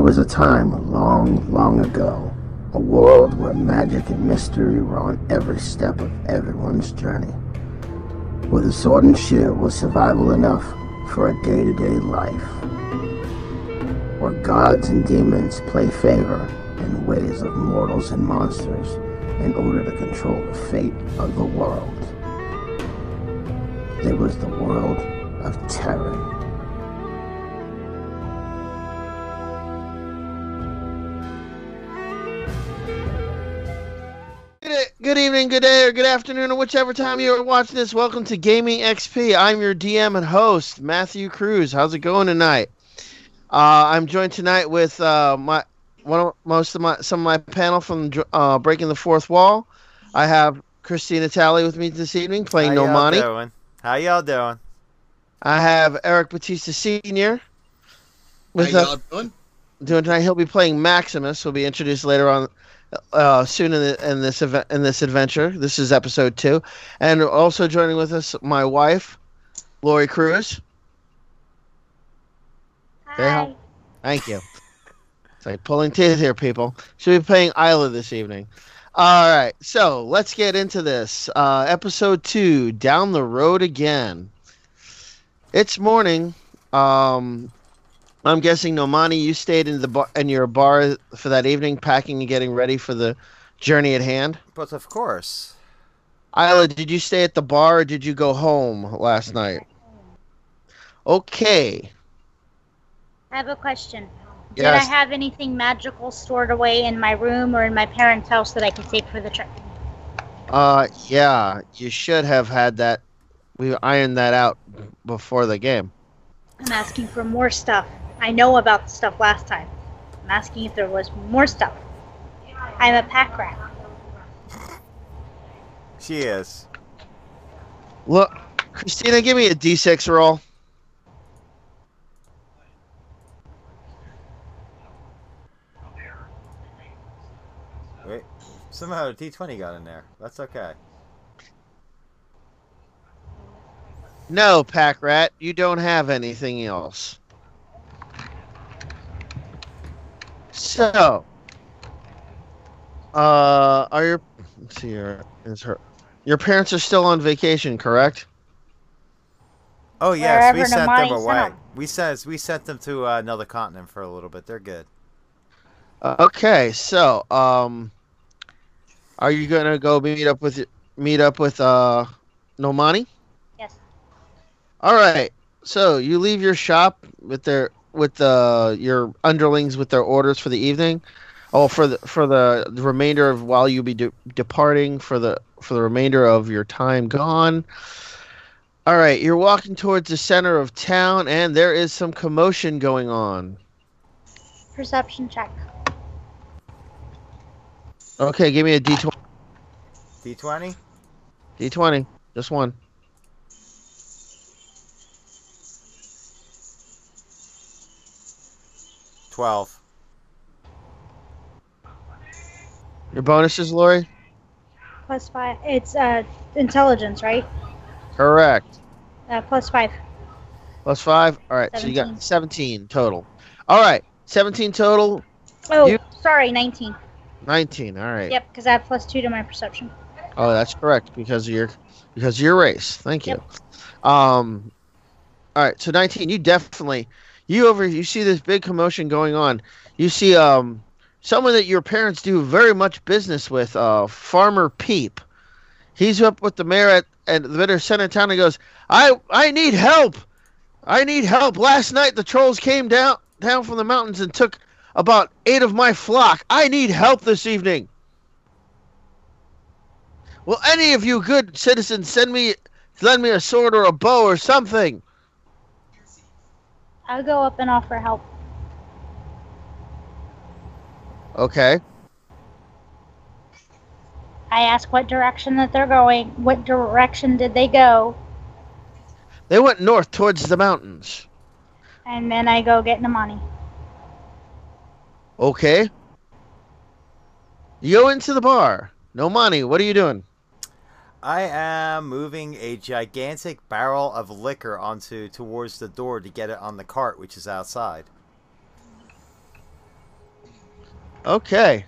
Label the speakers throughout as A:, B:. A: was a time long, long ago, a world where magic and mystery were on every step of everyone's journey, where the sword and shield was survival enough for a day to day life, where gods and demons play favor in the ways of mortals and monsters in order to control the fate of the world. It was the world of terror.
B: Good, good evening, good day, or good afternoon, or whichever time you are watching this. Welcome to Gaming XP. I'm your DM and host, Matthew Cruz. How's it going tonight? Uh, I'm joined tonight with uh, my one of most of my some of my panel from uh, Breaking the Fourth Wall. I have Christina Talley with me this evening playing
C: How y'all
B: Nomani.
C: doing? How y'all doing?
B: I have Eric Batista Senior with
D: How
B: us.
D: y'all doing?
B: doing tonight. He'll be playing Maximus. He'll be introduced later on, uh, soon in, the, in this event in this adventure. This is episode two, and also joining with us, my wife, Lori Cruz. Say hi. Thank you. It's like pulling teeth here, people. She'll be playing Isla this evening. All right, so let's get into this. Uh, episode two, down the road again. It's morning. Um, I'm guessing Nomani, you stayed in the bar in your bar for that evening, packing and getting ready for the journey at hand.
C: But of course,
B: Isla, did you stay at the bar or did you go home last night? Okay.
E: I have a question. Did I
B: Yes.
E: have anything magical stored away in my room or in my parents' house that I could take for the trip?
B: Uh, yeah, you should have had that. We ironed that out before the game.
E: I'm asking for more stuff. I know about the stuff last time. I'm asking if there was more stuff. I'm a pack rat.
C: she is.
B: Look, Christina, give me a d6 roll.
C: Wait, somehow D twenty got in there. That's okay.
B: No, pack rat, you don't have anything else. So, uh, are your let's see here is her your parents are still on vacation, correct?
C: Oh yes, we
E: Wherever
C: sent
E: Nomani
C: them
E: sent
C: away.
E: 'em.
C: We says we sent them to uh, another continent for a little bit. They're good.
B: Okay, so um, are you gonna go meet up with meet up with uh, Nomani?
E: Yes.
B: All right. So you leave your shop with their with the your underlings with their orders for the evening. Oh, for the for the remainder of while you be de- departing for the for the remainder of your time gone. All right, you're walking towards the center of town, and there is some commotion going on.
E: Perception check.
B: Okay, give me a d twenty.
C: D twenty.
B: D twenty, just one.
C: Twelve.
B: Your bonuses, Lori.
E: Plus five. It's uh, intelligence, right?
B: Correct.
E: Uh, plus five.
B: Plus five. All right, so you got seventeen total. All right, seventeen total,
E: Oh,
B: You-
E: sorry, 19.
B: nineteen. All right.
E: Yep, because I have plus two to my perception.
B: Oh, that's correct because of your because of your race. Thank you. Um, all right, so nineteen. You definitely you over you see this big commotion going on. You see um someone that your parents do very much business with, uh, Farmer Peep. He's up with the mayor at, at the bitter center of town and goes, I I need help. I need help. Last night the trolls came down down from the mountains and took about eight of my flock. I need help this evening. Will any of you good citizens send me lend me a sword or a bow or something?
E: I'll go up and offer help.
B: Okay.
E: I ask what direction that they're going. What direction did they go?
B: They went north towards the mountains.
E: And then I go get Namani.
B: Okay. You go into the bar. No money. What are you doing?
C: I am moving a gigantic barrel of liquor onto towards the door to get it on the cart, which is outside.
B: Okay.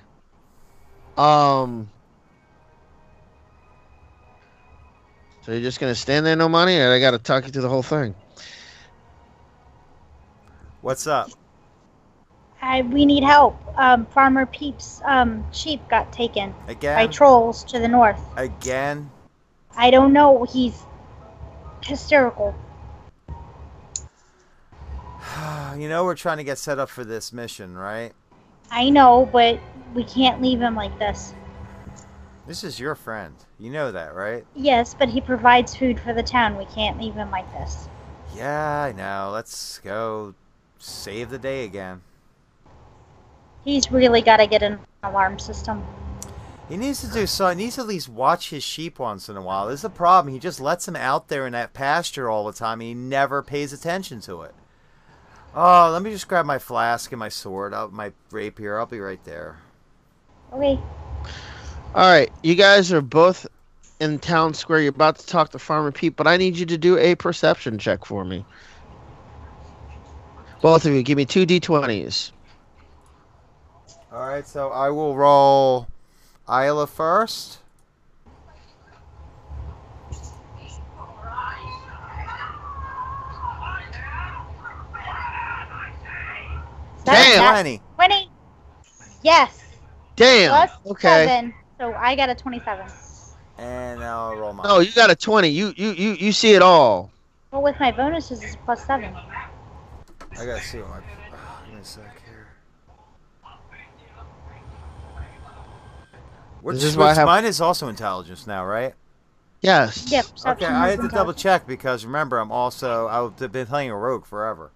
B: Um. So you're just gonna stand there, no money, and I gotta talk you through the whole thing.
C: What's up?
E: I, we need help. Um, Farmer Peep's um, sheep got taken by
C: Again?
E: trolls to the north.
C: Again?
E: I don't know. He's hysterical.
C: you know we're trying to get set up for this mission, right?
E: I know, but we can't leave him like this.
C: This is your friend. You know that, right?
E: Yes, but he provides food for the town. We can't leave him like this.
C: Yeah, I know. Let's go save the day again.
E: He's really got to get an alarm system.
C: He needs to do so. He needs to at least watch his sheep once in a while. This is the problem. He just lets them out there in that pasture all the time, and he never pays attention to it. Oh, let me just grab my flask and my sword, up my rapier. I'll be right there.
E: Okay.
B: All right, you guys are both in town square. You're about to talk to Farmer Pete, but I need you to do a perception check for me. Both of you, give me two d20s.
C: All right, so I will roll Isla first.
B: Damn.
E: That's-
C: 20.
E: 20. Yes.
B: Damn.
E: Plus
B: okay.
E: seven. So I got a 27.
C: And now I'll roll mine.
B: No, you got a twenty. You you you you see it all.
E: Well, with my bonuses, it's plus seven.
C: I gotta see what my. Oh, give me a sec here. Which,
B: is why I
C: which
B: have-
C: mine is also intelligence now, right?
B: Yes.
E: Yeah,
C: Okay,
E: perception
C: I had
E: is
C: to double
E: intelligence.
C: check because remember, I'm also I've been playing a rogue forever.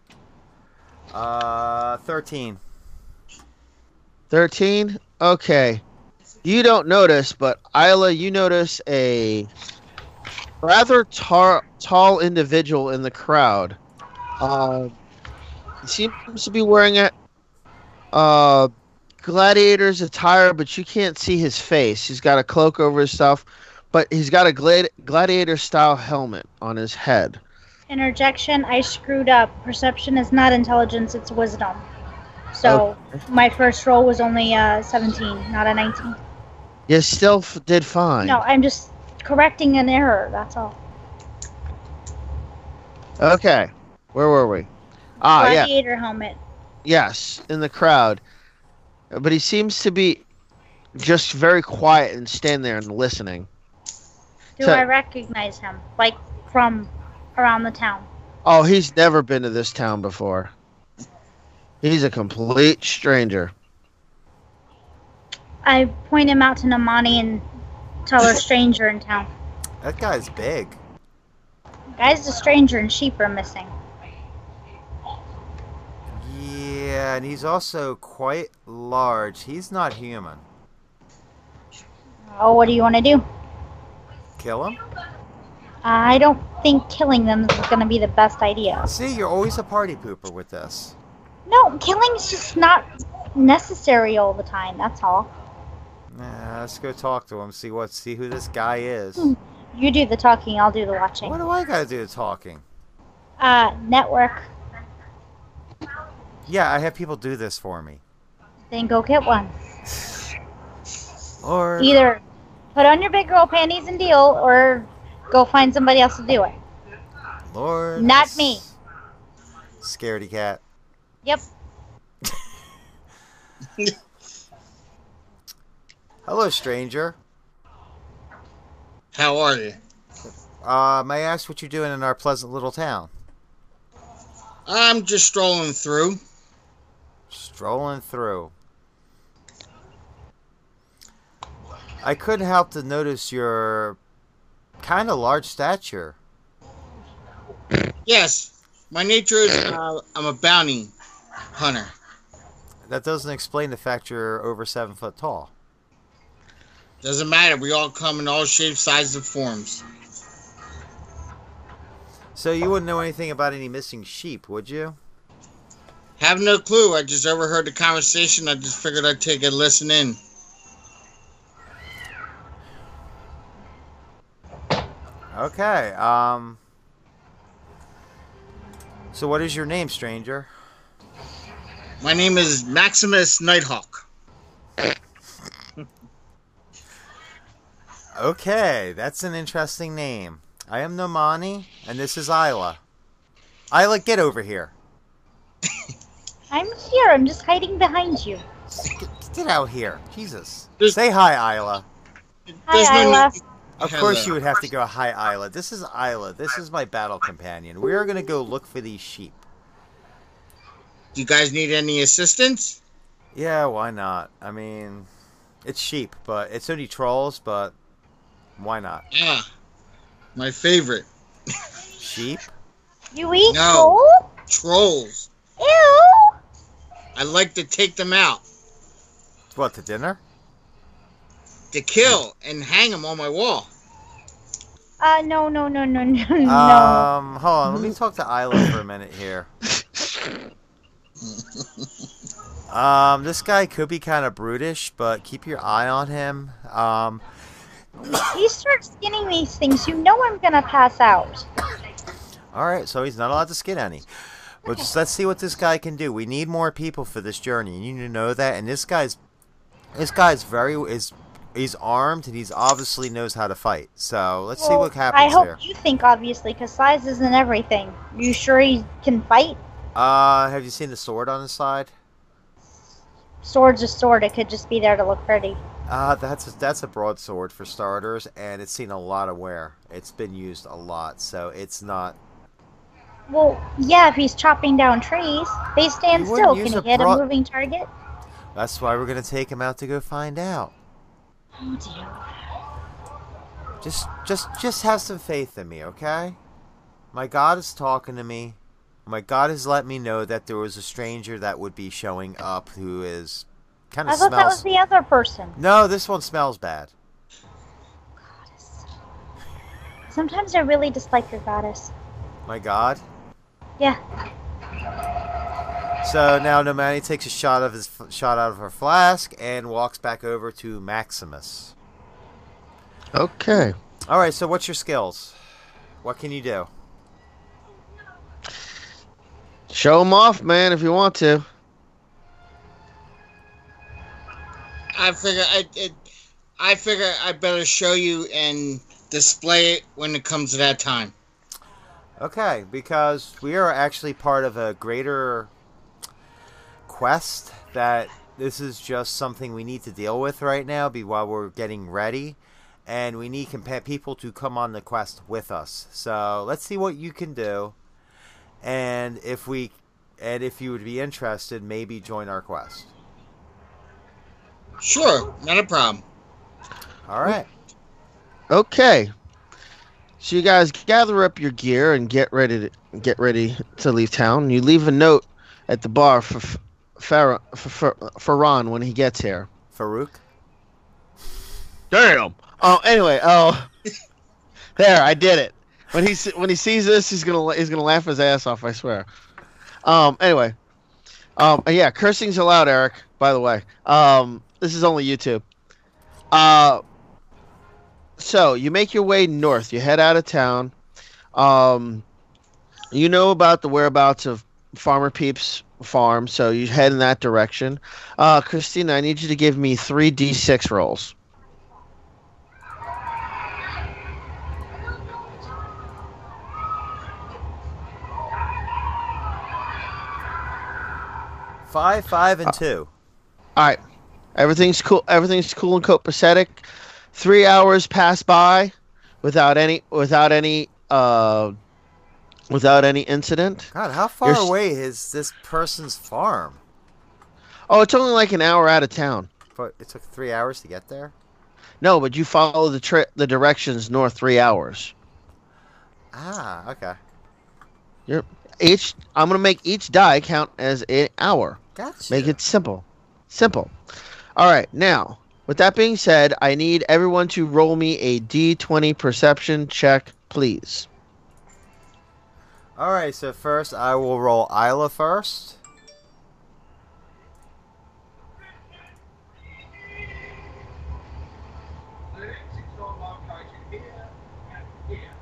C: Uh, thirteen.
B: Thirteen. Okay. You don't notice, but Isla, you notice a rather tar- tall individual in the crowd. Uh, he seems to be wearing a uh, gladiator's attire, but you can't see his face. He's got a cloak over his stuff, but he's got a glad- gladiator-style helmet on his head.
E: Interjection, I screwed up. Perception is not intelligence, it's wisdom. So my first roll was only a 17, not a 19.
B: You still f- did fine.
E: No, I'm just correcting an error, that's all.
B: Okay. Where were we? Ah, yeah.
E: Gladiator helmet.
B: Yes, in the crowd. But he seems to be just very quiet and stand there and listening.
E: Do
B: So-
E: I recognize him? Like from around the town.
B: Oh, he's never been to this town before. He's a complete stranger.
E: I point him out to Namani and tell her stranger in town.
C: That guy's big.
E: Guy's a stranger and sheep are missing.
C: Yeah, and he's also quite large. He's not human.
E: Oh, what do you want to do?
C: Kill him?
E: I don't think killing them is going to be the best idea.
C: See, you're always a party pooper with this.
E: No, killing's just not necessary all the time, that's all.
C: Nah, let's go talk to him. See what? See who this guy is.
E: Hmm. You do the talking, I'll do the watching.
C: What do I gotta do to talking?
E: Uh, network,
C: Yeah, I have people do this for me.
E: then go get one.
C: Or
E: Either put on your big girl panties and deal, or go find somebody else to do it.
C: Lord.
E: Not
C: s-
E: me.
C: Scaredy cat.
E: Yep.
C: Hello, stranger.
D: How are you?
C: Uh, may I ask what you're doing in our pleasant little town?
D: I'm just strolling through.
C: Strolling through. I couldn't help to notice your kind of large stature.
D: Yes, my nature is uh, I'm a bounty hunter.
C: That doesn't explain the fact you're over seven foot tall.
D: Doesn't matter. We all come in all shapes, sizes, and forms.
C: So you wouldn't know anything about any missing sheep, would you?
D: Have no clue. I just overheard the conversation. I just figured I'd take a listen in.
C: Okay. Um. So what is your name, stranger?
D: My name is Maximus Nighthawk.
C: Okay, that's an interesting name. I am Nomani, and this is Isla. Isla, get over here.
E: I'm here. I'm just hiding behind you.
C: Get, get out here. Jesus.
D: There's-
C: Say hi, Isla.
D: There's
E: Hi,
D: no
E: Isla.
D: need-
C: Of
D: Hello.
C: course, you would have to go, Hi, Isla. This is Isla. This is my battle companion. We are going to go look for these sheep.
D: Do you guys need any assistance?
C: Yeah, why not? I mean, it's sheep, but it's only trolls, but why not?
D: Ah, my favorite
C: Sheep?
E: You eat
D: No.
E: coal?
D: trolls.
E: Ew.
D: I like to take them out
C: What, to dinner?
D: to kill and hang them on my wall.
E: Uh, no, no, no, no, no, no.
C: Um, hold on. Let me talk to Isla for a minute here. Um, this guy could be kind of brutish, but keep your eye on him. Um,
E: You start skinning these things, you know I'm gonna pass out.
C: all right, so he's not allowed to skin any. But just let's see what this guy can do. We need more people for this journey. and You need to know that. And this guy's, this guy's very is, he's armed and he's obviously knows how to fight. So let's see
E: Well,
C: what happens
E: I hope
C: here.
E: you think obviously, 'cause size isn't everything. You sure he can fight?
C: Uh, have you seen the sword on his side?
E: Sword's a sword. It could just be there to look pretty.
C: Uh, that's a, that's a broadsword for starters, and it's seen a lot of wear. It's been used a lot, so it's not.
E: Well, yeah, if he's chopping down trees, they stand
C: You wouldn't
E: still.
C: use
E: Can
C: a
E: he hit
C: broad-
E: a moving target?
C: That's why we're gonna take him out to go find out.
E: Oh dear.
C: Just just just have some faith in me, okay? My God is talking to me. My God has let me know that there was a stranger that would be showing up who is kind
E: I
C: of
E: thought that was
C: smells.
E: the other person.
C: No, this one smells bad.
E: Sometimes I really dislike your goddess.
C: My God.
E: Yeah.
C: So now Nomani takes a shot of his shot out of her flask and walks back over to Maximus.
B: Okay.
C: All right. So, what's your skills? What can you do?
B: Show them off, man, if you want to.
D: I figure I it, I figure I better show you and display it when it comes to that time.
C: Okay, because we are actually part of a greater quest that this is just something we need to deal with right now. Be while we're getting ready, and we need compa- people to come on the quest with us. So let's see what you can do, and if we, and if you would be interested, maybe join our quest.
D: Sure, not a problem.
C: All right.
B: Okay. So you guys gather up your gear and get ready to get ready to leave town. You leave a note at the bar for F- Farah for, for, for Ron when he gets here.
C: Farouk.
B: Damn. Oh, anyway. Oh, there. I did it. When he se- when he sees this, he's gonna he's gonna laugh his ass off. I swear. Um. Anyway. Um. Yeah. Cursing's allowed, Eric. By the way. Um. This is only YouTube. Uh. So you make your way north. You head out of town. Um. You know about the whereabouts of Farmer Peep's farm, so you head in that direction. Uh, Christina, I need you to give me three d6 rolls.
C: Five, five, and two.
B: All right. Everything's cool. Everything's cool and copacetic. Three hours pass by without any without any uh without any incident.
C: God, how far
B: You're s-
C: away is this person's farm?
B: Oh, it's only like an hour out of town.
C: But it took three hours to get there.
B: No, but you follow the tri- the directions north three hours.
C: Ah, okay.
B: Each I'm gonna make each die count as an hour.
C: Gotcha.
B: Make it simple. Simple. All right. Now, with that being said, I need everyone to roll me a d20 perception check, please.
C: All right. So first, I will roll Isla first.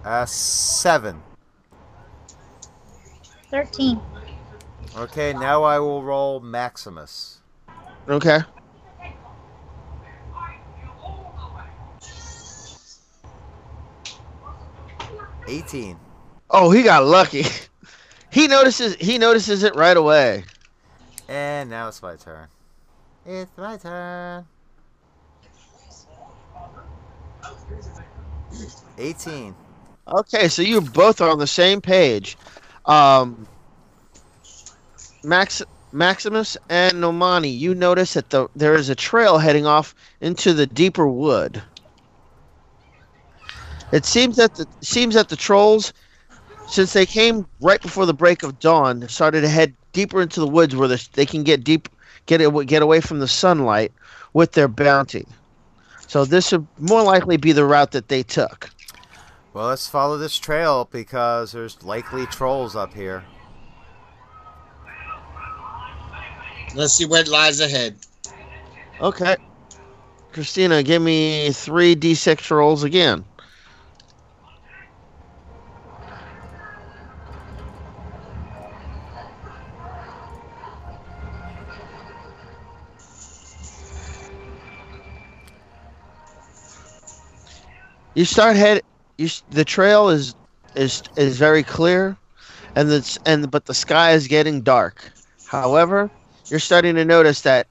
C: Uh, seven.
E: 13.
C: Okay, now I will roll Maximus.
B: Okay.
C: 18.
B: Oh, he got lucky. he notices. He notices it right away.
C: And now it's my turn. It's my turn. 18.
B: Okay, so you both are on the same page. Um, Max, Maximus and Nomani, you notice that the, there is a trail heading off into the deeper wood. It seems that the seems that the trolls, since they came right before the break of dawn, started to head deeper into the woods where the, they can get deep, get it, get away from the sunlight with their bounty. So this would more likely be the route that they took.
C: Well, let's follow this trail because there's likely trolls up here.
D: Let's see what lies ahead.
B: Okay. Christina, give me three d6 rolls again. You start head. You s- the trail is is is very clear, and it's and but the sky is getting dark. However, you're starting to notice that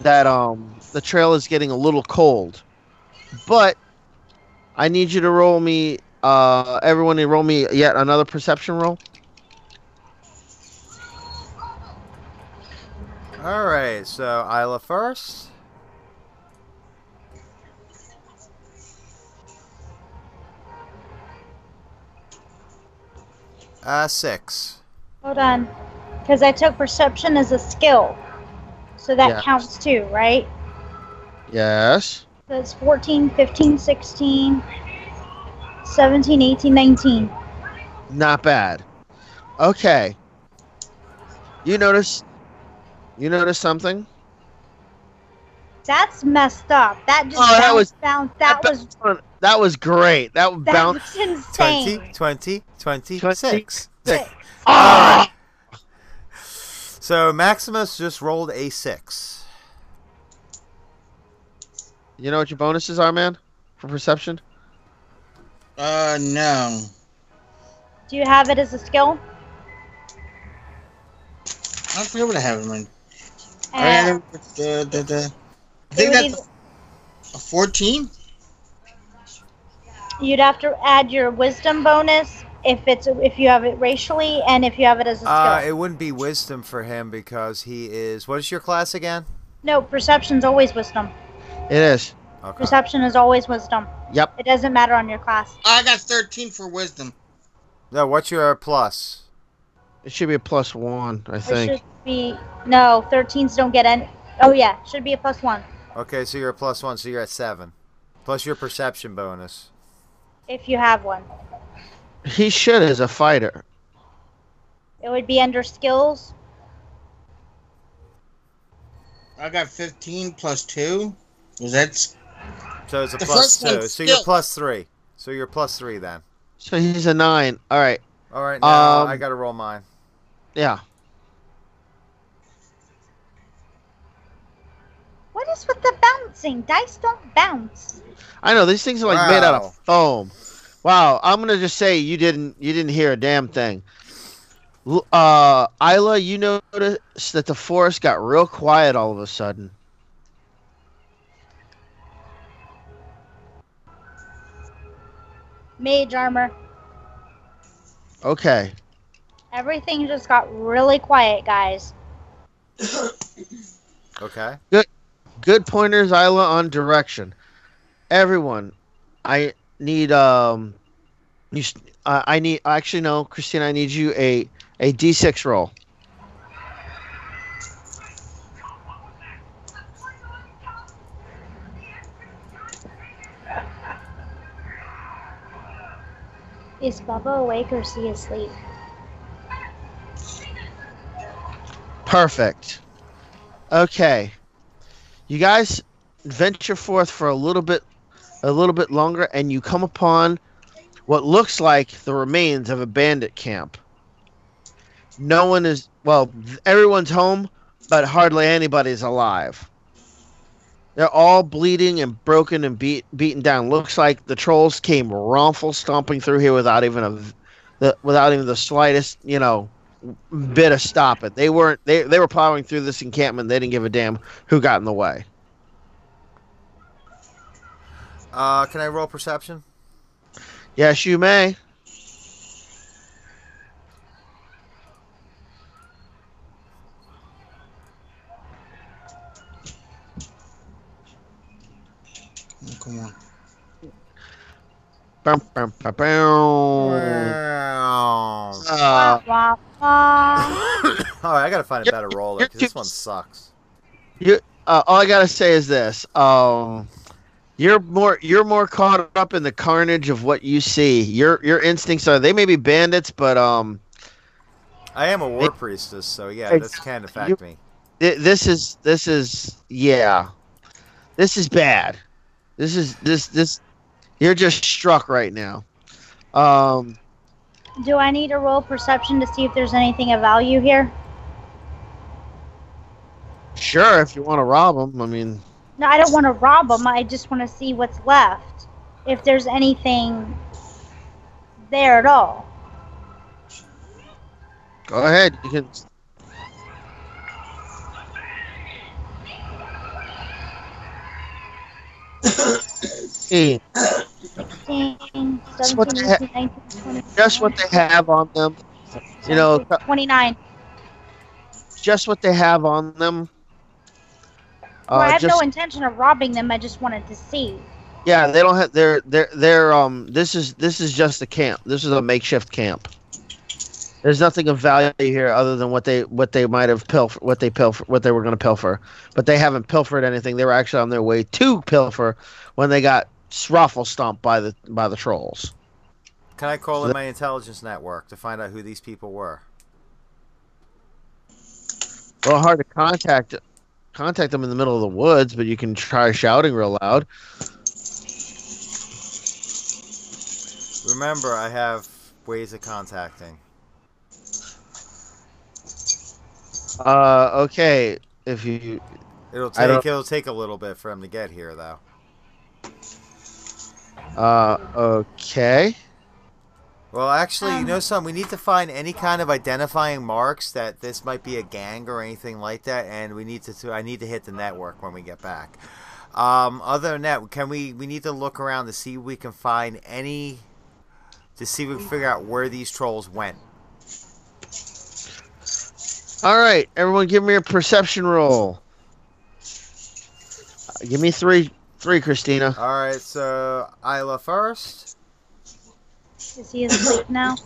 B: that um the trail is getting a little cold. But I need you to roll me uh everyone to roll me yet another perception roll.
C: All right, so Isla first. Uh, six.
E: Hold on. Because I took perception as a skill. So that
B: Yeah.
E: counts too, right?
B: Yes.
E: So it's 14, 15, 16, 17, 18, 19.
B: Not bad. Okay. You notice you notice something?
E: That's messed up. That just
B: Oh, that
E: bounced,
B: was-
E: bounced. That, was
B: was that was great. That would
E: that
B: bounce
E: was insane.
C: 20, 20, 26.
E: Six.
B: Ah!
C: So Maximus just rolled a six.
B: You know what your bonuses are, man? For perception?
D: Uh, no.
E: Do you have it as a skill?
D: I don't be able to have him in.
E: Uh,
D: I, gotta- the, the, the, I think
E: it would
D: that's a 14?
E: either- you'd have to add your wisdom bonus if it's if you have it racially and if you have it as a skill.
C: Uh, it wouldn't be wisdom for him because he is. What is your class again?
E: no, perception's always wisdom.
B: It is.
C: Okay.
E: Perception is always wisdom.
B: Yep.
E: It doesn't matter on your class.
D: Oh, I got 13 for wisdom.
C: No, what's your plus?
B: It should be a plus one, I
E: It
B: think.
E: should be no 13s don't get any. Oh yeah, should be a plus one.
C: Okay, so you're a plus one, so you're at seven. Plus your perception bonus.
E: if you have one.
B: He should as a fighter.
E: It would be under skills.
D: I got 15 plus 2. Was that. s-
C: So it's a
D: The
C: plus
D: first
C: two.
D: one's
C: So you're
D: skill.
C: plus three. So you're plus three then.
B: So he's a nine. All right.
C: All right, now
B: Um,
C: I gotta roll mine.
B: Yeah.
E: What is with the bouncing? Dice don't bounce.
B: I know these things are like made out
C: Wow.
B: of foam. Wow. I'm gonna just say you didn't you didn't hear a damn thing. L- Uh, Isla, you noticed that the forest got real quiet all of a sudden.
E: Mage armor.
B: Okay.
E: Everything just got really quiet, guys.
C: Okay.
B: Good pointers, Isla, on direction. Everyone, I need um, you. s- I I need actually no, Christina. I need you a a d6 roll.
E: Is Bubba awake or is he asleep?
B: Perfect. Okay. You guys venture forth for a little bit a little bit longer and you come upon what looks like the remains of a bandit camp. No one is well, everyone's home, but hardly anybody's alive. They're all bleeding and broken and beat beaten down. Looks like the trolls came romful stomping through here without even a, the, without even the slightest you know bit of stop it. They weren't they they were plowing through this encampment. They didn't give a damn who got in the way.
C: Uh, can I roll perception?
B: Yes, you may.
D: oh, Come on.
B: Bum, bum, bum, Oh. bum.
C: Wow.
B: Uh,
E: Wah, wah, wah.
C: All right, I gotta find a
B: You're-
C: better roll
B: you're
C: because this
B: too-
C: one sucks.
B: uh, all I gotta say is this: um, you're more you're more caught up in the carnage of what you see. Your your instincts are they may be bandits, but um,
C: I am a war
B: Hey.
C: priestess, so yeah,
B: Hey,
C: this can affect
B: you-
C: me.
B: thi- this is this is yeah, this is bad. This is this this you're just struck right now. Um,
E: Do I need to roll perception to see if there's anything of value here?
B: sure, if you want to rob them, I mean,
E: No, I don't want to rob them. I just want to see what's left. If there's anything there at all.
B: go ahead. You can see
E: Ding, 17,
B: what the
E: 18, 19, 20,
B: just what they have on them. You know,
E: 29.
B: just what they have on them. Uh,
E: Well, I have
B: just,
E: no intention of robbing them. I just wanted to see.
B: yeah, they don't have. They're they're they're um. This is this is just a camp. This is a makeshift camp. There's nothing of value here other than what they what they might have pilfer what they pilfer what they were going to pilfer, but they haven't pilfered anything. They were actually on their way to pilfer when they got ruffle stomped by the by the trolls.
C: Can I call in my intelligence network to find out who these people were?
B: Well, hard to contact contact them in the middle of the woods, but you can try shouting real loud.
C: Remember, I have ways of contacting.
B: Uh, okay, if you
C: It'll
B: I don't-
C: take it'll take a little bit for him to get here, though.
B: Uh, okay.
C: Well, actually, you
E: Um.
C: know something. We need to find any kind of identifying marks that this might be a gang or anything like that, and we need to. to- I need to hit the network when we get back. Um, other than that, can we? We need to look around to see if we can find any. To see if we can figure out where these trolls went.
B: All right, everyone, give me a perception roll. Uh, Give me three, three, Christina.
C: All right, so Isla first.
E: Is he asleep now?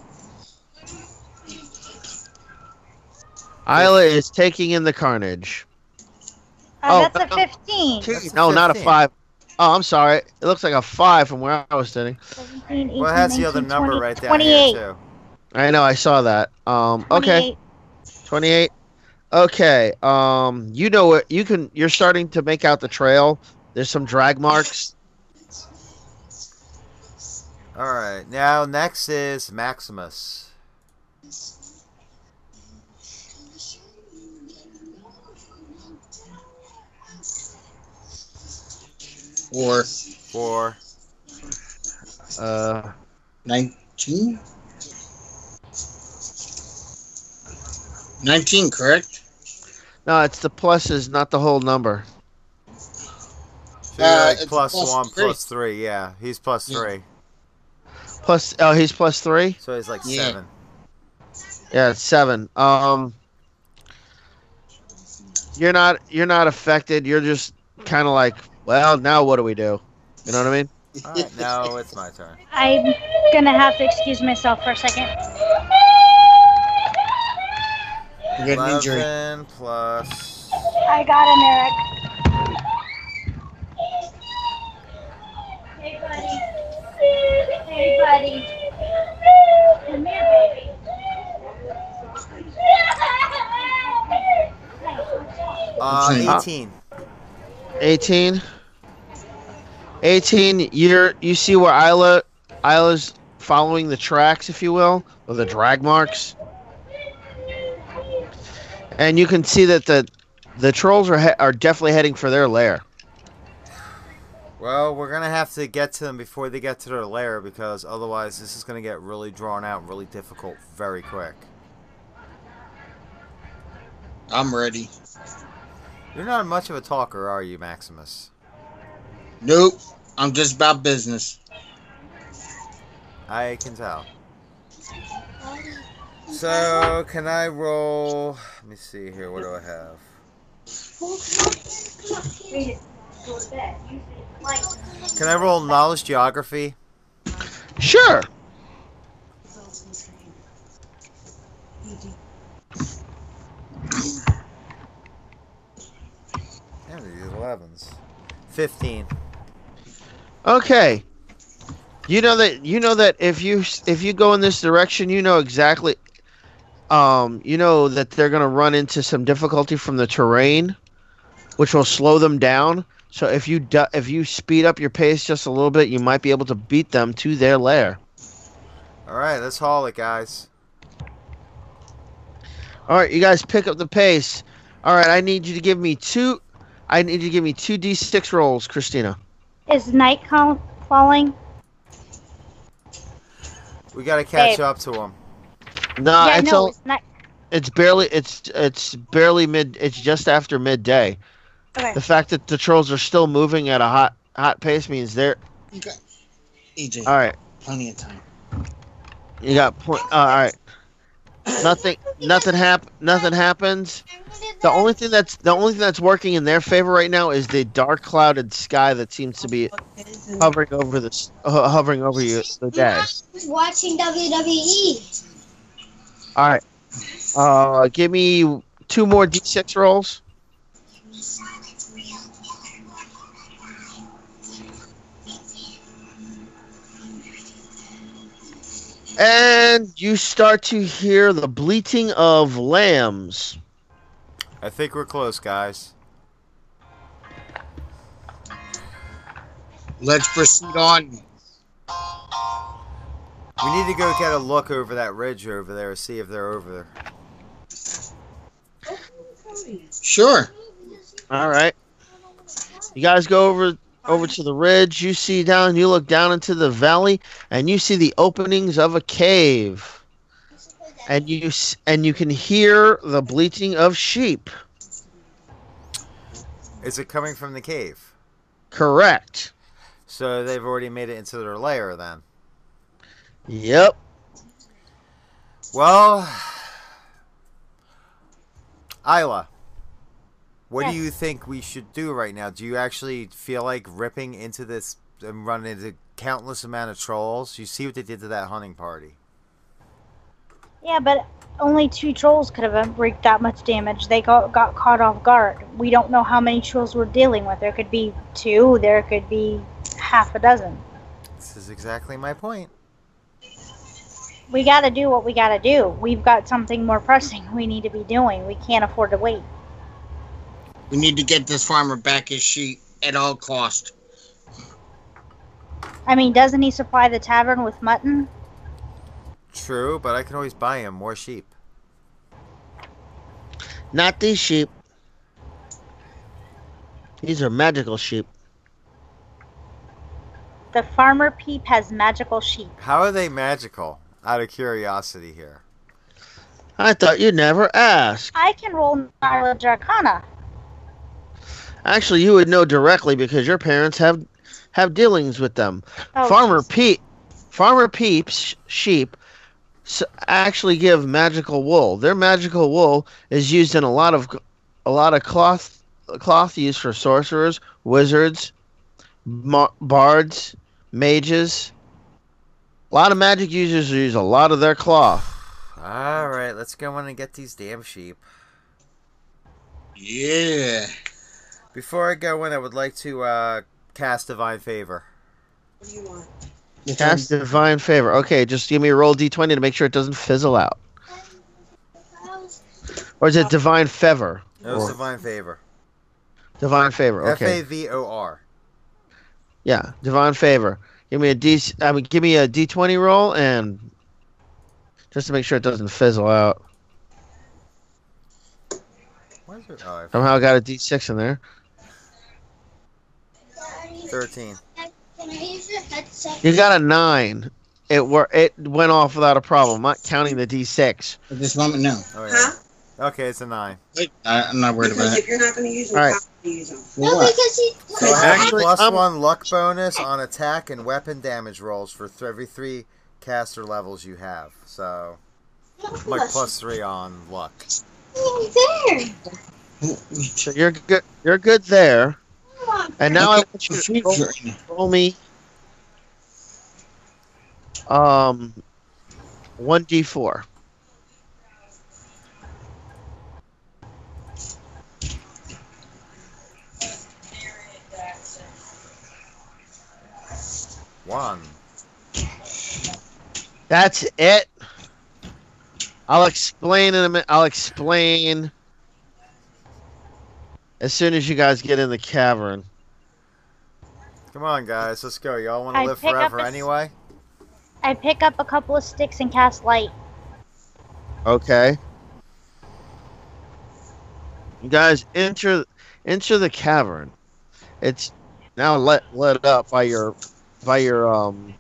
B: Isla is taking in the carnage.
E: Uh,
B: Oh,
E: that's a
B: no.
E: 15.
C: Two. That's a
B: No, not a
C: 15.
B: five. Oh, I'm sorry. It looks like a five from where I was sitting.
E: 17, 18,
C: Well, that's the other
E: 19,
C: number
E: 20,
C: right there.
E: 28.
C: Too.
B: I know, I saw that. Um, okay,
E: 28.
B: twenty-eight. Okay, um, you know what? You can. You're starting to make out the trail. There's some drag marks.
C: All right, now next is Maximus.
D: Or
C: Four.
B: Uh,
D: 19? 19, correct?
B: no, it's the pluses, not the whole number.
C: So you're
D: Uh,
C: like
D: it's
C: plus
D: plus
C: one,
D: three.
C: plus three. Yeah, he's plus
D: Yeah.
C: three.
B: Plus, oh, he's plus three.
C: So he's like
D: Yeah.
C: seven.
B: Yeah, it's seven. Um, you're not you're not affected. You're just kind of like, well, now what do we do? You know what I mean?
C: All right, now it's my turn.
E: I'm going to have to excuse myself for a second.
D: You got an injury.
C: Eleven plus.
E: I got him, Eric. Hey, buddy. Hey, buddy. Come here, baby.
C: Uh,
D: Okay.
C: uh, eighteen.
B: 18 18 you're you see where Isla Isla's following the tracks if you will or the drag marks and you can see that the the trolls are he- are definitely heading for their lair
C: Well, we're gonna have to get to them before they get to their lair because otherwise this is gonna get really drawn out, and really difficult, very quick.
D: I'm ready.
C: You're not much of a talker, are you, Maximus?
D: Nope. I'm just about business.
C: I can tell. So can I roll? Let me see here. What do I have? Can I roll knowledge geography?
B: Sure.
C: Yeah, these elevens. Fifteen.
B: Okay. You know that you know that if you if you go in this direction, you know exactly um you know that they're going to run into some difficulty from the terrain which will slow them down. So if you du- if you speed up your pace just a little bit, you might be able to beat them to their lair.
C: All right, let's haul it, guys.
B: All right, you guys pick up the pace. All right, I need you to give me two I need you to give me two d6 rolls, Christina.
E: Is night call- falling?
C: We gotta catch
E: Babe.
C: up to them.
B: No,
E: yeah,
B: it's
E: no,
B: all-
E: it's night.
B: it's barely it's it's barely mid it's just after midday.
E: Okay.
B: The fact that the trolls are still moving at a hot hot pace means they're
D: You got EJ.
B: all right.
D: E Plenty of time.
B: You got point. all right. Nothing. Nothing hap- Nothing happens. The only thing that's the only thing that's working in their favor right now is the dark clouded sky that seems to be hovering over this uh, hovering over you the day.
F: Who's watching E? WWE?
B: All right. Uh, give me two more d6 rolls. And you start to hear the bleating of lambs.
C: I think we're close, guys.
D: Let's proceed on.
C: We need to go get a look over that ridge over there, see if they're over there.
D: Sure.
B: All right. You guys go over over to the ridge. You see down. You look down into the valley, and you see the openings of a cave. And you s- and you can hear the bleating of sheep.
C: Is it coming from the cave?
B: Correct.
C: So they've already made it into their lair then.
B: Yep.
C: Well, Isla, what do
E: Yes.
C: you think we should do right now? Do you actually feel like ripping into this and running into countless amount of trolls? You see what they did to that hunting party.
E: Yeah, but only two trolls could have wreaked that much damage. They got, got caught off guard. We don't know how many trolls we're dealing with. There could be two, there could be half a dozen.
C: This is exactly my point.
E: We gotta do what we gotta do. We've got something more pressing we need to be doing. We can't afford to wait.
D: We need to get this farmer back his sheep at all cost.
E: I mean, doesn't he supply the tavern with mutton?
C: True, but I can always buy him more sheep.
B: Not these sheep. These are magical sheep.
E: The farmer peep has magical sheep.
C: How are they magical? Out of curiosity here.
B: I thought you'd never ask.
E: I can roll knowledge arcana.
B: Actually, you would know directly because your parents have have dealings with them.
E: Oh,
B: Farmer Peep, Farmer Peep's sheep s- actually give magical wool. Their magical wool is used in a lot of a lot of cloth cloth used for sorcerers, wizards, ma- bards, mages. A lot of magic users use a lot of their cloth.
C: All right, let's go in and get these damn sheep.
D: Yeah.
C: Before I go in, I would like to uh, cast divine favor.
B: Cast divine favor. Okay, just give me a roll d20 to make sure it doesn't fizzle out. Or is it
C: Uh,
B: divine fever?
C: No, it's
B: Or-
C: divine favor.
B: divine favor.
C: F
B: Okay.
C: A V O R.
B: Yeah, divine favor. Give me a D. I mean, give me a D twenty roll, and just to make sure it doesn't fizzle out.
C: What is it? Oh, I-
B: Um, Somehow I got a D six in there.
C: Thirteen.
F: Can I use your headset?
B: You got a nine. It were it went off without a problem. Not counting the D6.
D: At this moment, no.
C: Oh, yeah.
G: Huh?
C: Okay, it's a nine.
D: I, I'm not worried about it.
G: Because if you're not going to use them,
B: Alright.
G: how do you use them?
F: No,
D: What?
F: because he.
D: So
F: I-
D: I-
C: Add
B: Actually,
C: plus
B: I'm-
C: one luck bonus on attack and weapon damage rolls for th- every three caster levels you have. So
F: no,
C: like
F: plus-
C: plus three on luck.
F: Oh, There.
B: So you're good. You're good there.
F: Come on.
B: And now I want you to
D: Oh.
B: roll, roll me. Um, one D4.
C: One.
B: That's it. I'll explain in a minute. I'll explain as soon as you guys get in the cavern.
C: Come on, guys, let's go. Y'all want to
E: I
C: live
E: pick up
C: forever
E: a s-
C: anyway?
E: I pick up a couple of sticks and cast light.
B: Okay. You guys enter enter the cavern. It's now lit lit up by your by your um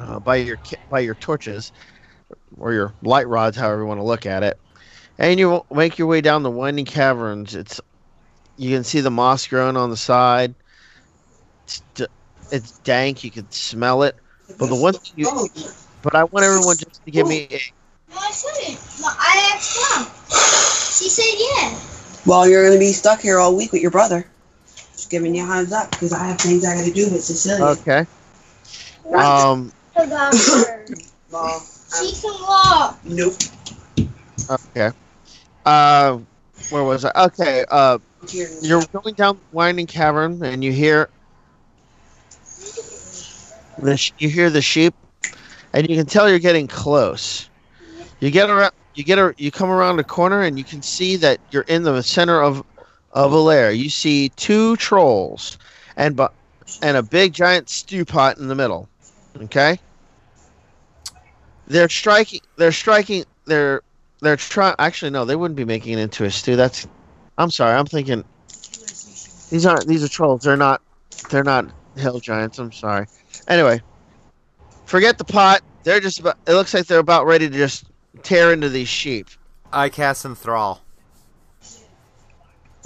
B: uh, by your ki- by your torches or your light rods, however you want to look at it. And you make your way down the winding caverns. It's you can see the moss growing on the side. It's, d- it's dank. You can smell it. But the one thing you
G: Oh,
B: but I want everyone just to give me a
F: No, I shouldn't. No, I asked mom. She said yeah.
G: well, you're going to be stuck here all week with your brother. Just giving you a heads up because I have things I got to do with Cecilia.
B: okay. Um,
F: The doctor.
G: well,
F: she can walk.
G: nope.
B: okay. Uh, where was I? Okay. Uh,
G: Here.
B: you're going down the winding cavern, and you hear the sh- you hear the sheep, and you can tell you're getting close. You get around. You get a, you come around a corner and you can see that you're in the center of of a lair. You see two trolls and bu- and a big giant stew pot in the middle. Okay? They're striking they're striking they're they're trying actually no, they wouldn't be making it into a stew. That's I'm sorry, I'm thinking these aren't these are trolls. They're not they're not hill giants, I'm sorry. Anyway. Forget the pot. They're just about it looks like they're about ready to just tear into these sheep.
C: I cast enthrall.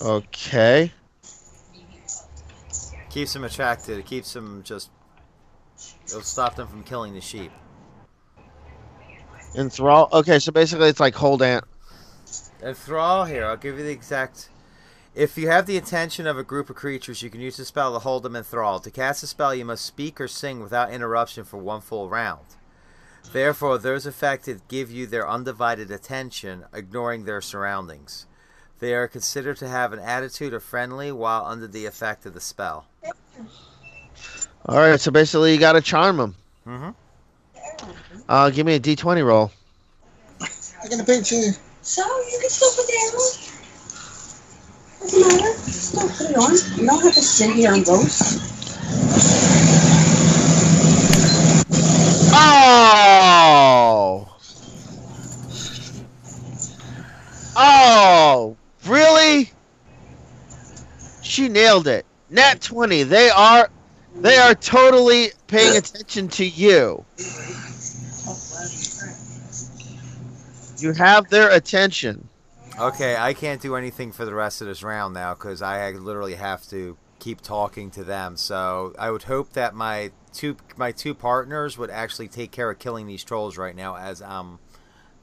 B: Okay.
C: Keeps them attracted. It keeps them just. It'll stop them from killing the sheep.
B: Enthrall. Okay, so basically it's like hold ant.
C: Enthrall here. I'll give you the exact. If you have the attention of a group of creatures, you can use the spell to hold them enthralled. To cast a spell, you must speak or sing without interruption for one full round. Therefore, those affected give you their undivided attention, ignoring their surroundings. They are considered to have an attitude of friendly while under the effect of the spell.
B: All right, so basically you got to charm them.
C: Mm-hmm.
B: Uh, give me a d20 roll.
D: I got a picture.
G: So you can still put the arrow. Doesn't matter. Still put it on. You don't have to sit here and roast.
B: Oh! Oh! Really? She nailed it. Nat 20. They are they are totally paying attention to you. You have their attention.
C: Okay, I can't do anything for the rest of this round now because I literally have to keep talking to them. So I would hope that my two my two partners would actually take care of killing these trolls right now, as um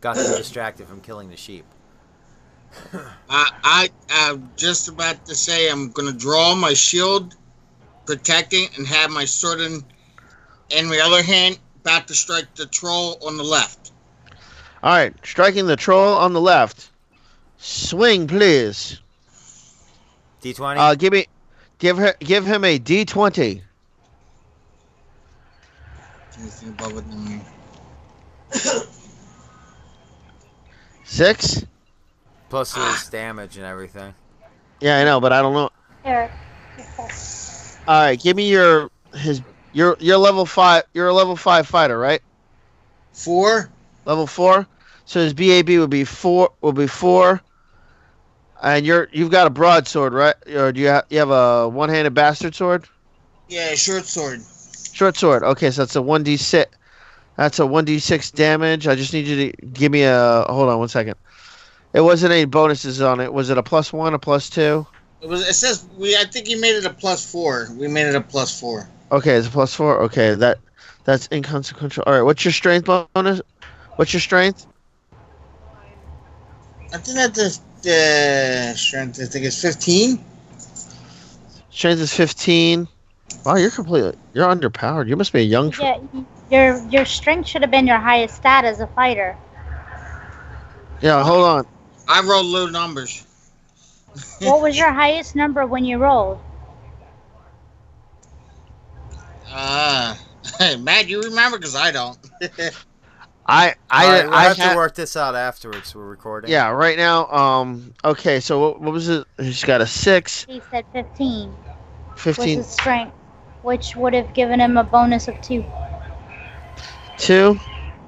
C: got them distracted from killing the sheep.
D: I, I, I'm just about to say I'm going to draw my shield, protecting, and have my sword in, in my other hand, about to strike the troll on the left.
B: All right, striking the troll on the left. Swing, please.
C: D twenty.
B: Uh, give me, give her, give him a D twenty.
D: Anything above it, mm,
B: Six.
C: plus
B: ah.
C: his damage and everything.
B: Yeah, I know, but I don't know.
E: There.
B: All right, give me your his your your level five. You're a level five fighter, right?
D: Four?
B: Level four. So his BAB would be four. Would be four. And you're you've got a broadsword, right? Or do you have you have a one-handed bastard sword?
D: Yeah, short sword.
B: Short sword. Okay, so that's a one d six. That's a one d six damage. I just need you to give me a hold on one second. It wasn't any bonuses on it. Was it a plus one, a plus two?
D: It was. It says we. I think you made it a plus four. We made it a plus four.
B: Okay, it's a plus four. Okay, that that's inconsequential. All right, what's your strength bonus? What's your strength?
D: I think that the, the strength. I think it's fifteen.
B: Strength is fifteen. Wow, you're completely you're underpowered. You must be a young. Tr-
E: Yeah, your your strength should have been your highest stat as a fighter.
B: yeah, hold on.
D: I rolled low numbers.
E: What was your highest number when you rolled?
D: Ah, Matt, you remember? Cause I don't.
B: I I
C: All right, we'll
B: I
C: have
B: ha-
C: to work this out afterwards. We're recording.
B: Yeah, right now. Um. Okay, so what, what was it? He's got a six,
E: He said 15 was
B: 15,
E: his strength, which would have given him a bonus of two.
B: two.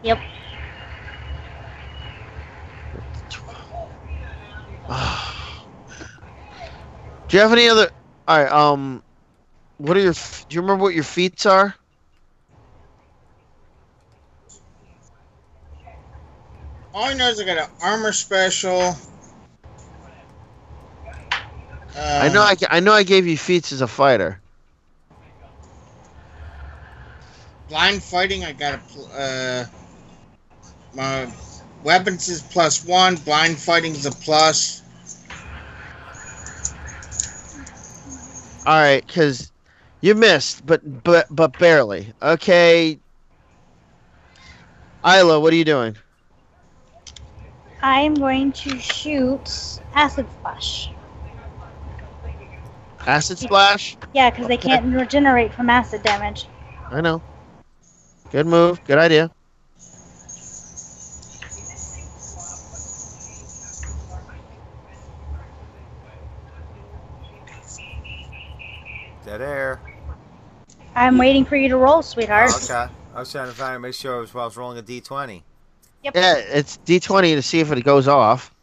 E: Yep.
B: Do you have any other? All right. Um. What are your? f- Do you remember what your feats are?
D: All I know is I got an armor special. Uh,
B: I know. I, I know. I gave you feats as a fighter.
D: blind fighting. I got a pl- uh, my weapons is plus one. Blind fighting's a plus.
B: All right, because you missed, but but but barely. Okay. Isla, what are you doing?
E: I'm going to shoot acid splash.
B: Acid splash.
E: Yeah, because they can't regenerate from acid damage.
B: I know. Good move. Good idea.
C: Dead air.
E: I'm waiting for you to roll, sweetheart.
C: Oh, okay. I was trying to find make sure I was, I was rolling a d20.
E: Yep.
B: Yeah, it's D20 to see if it goes off.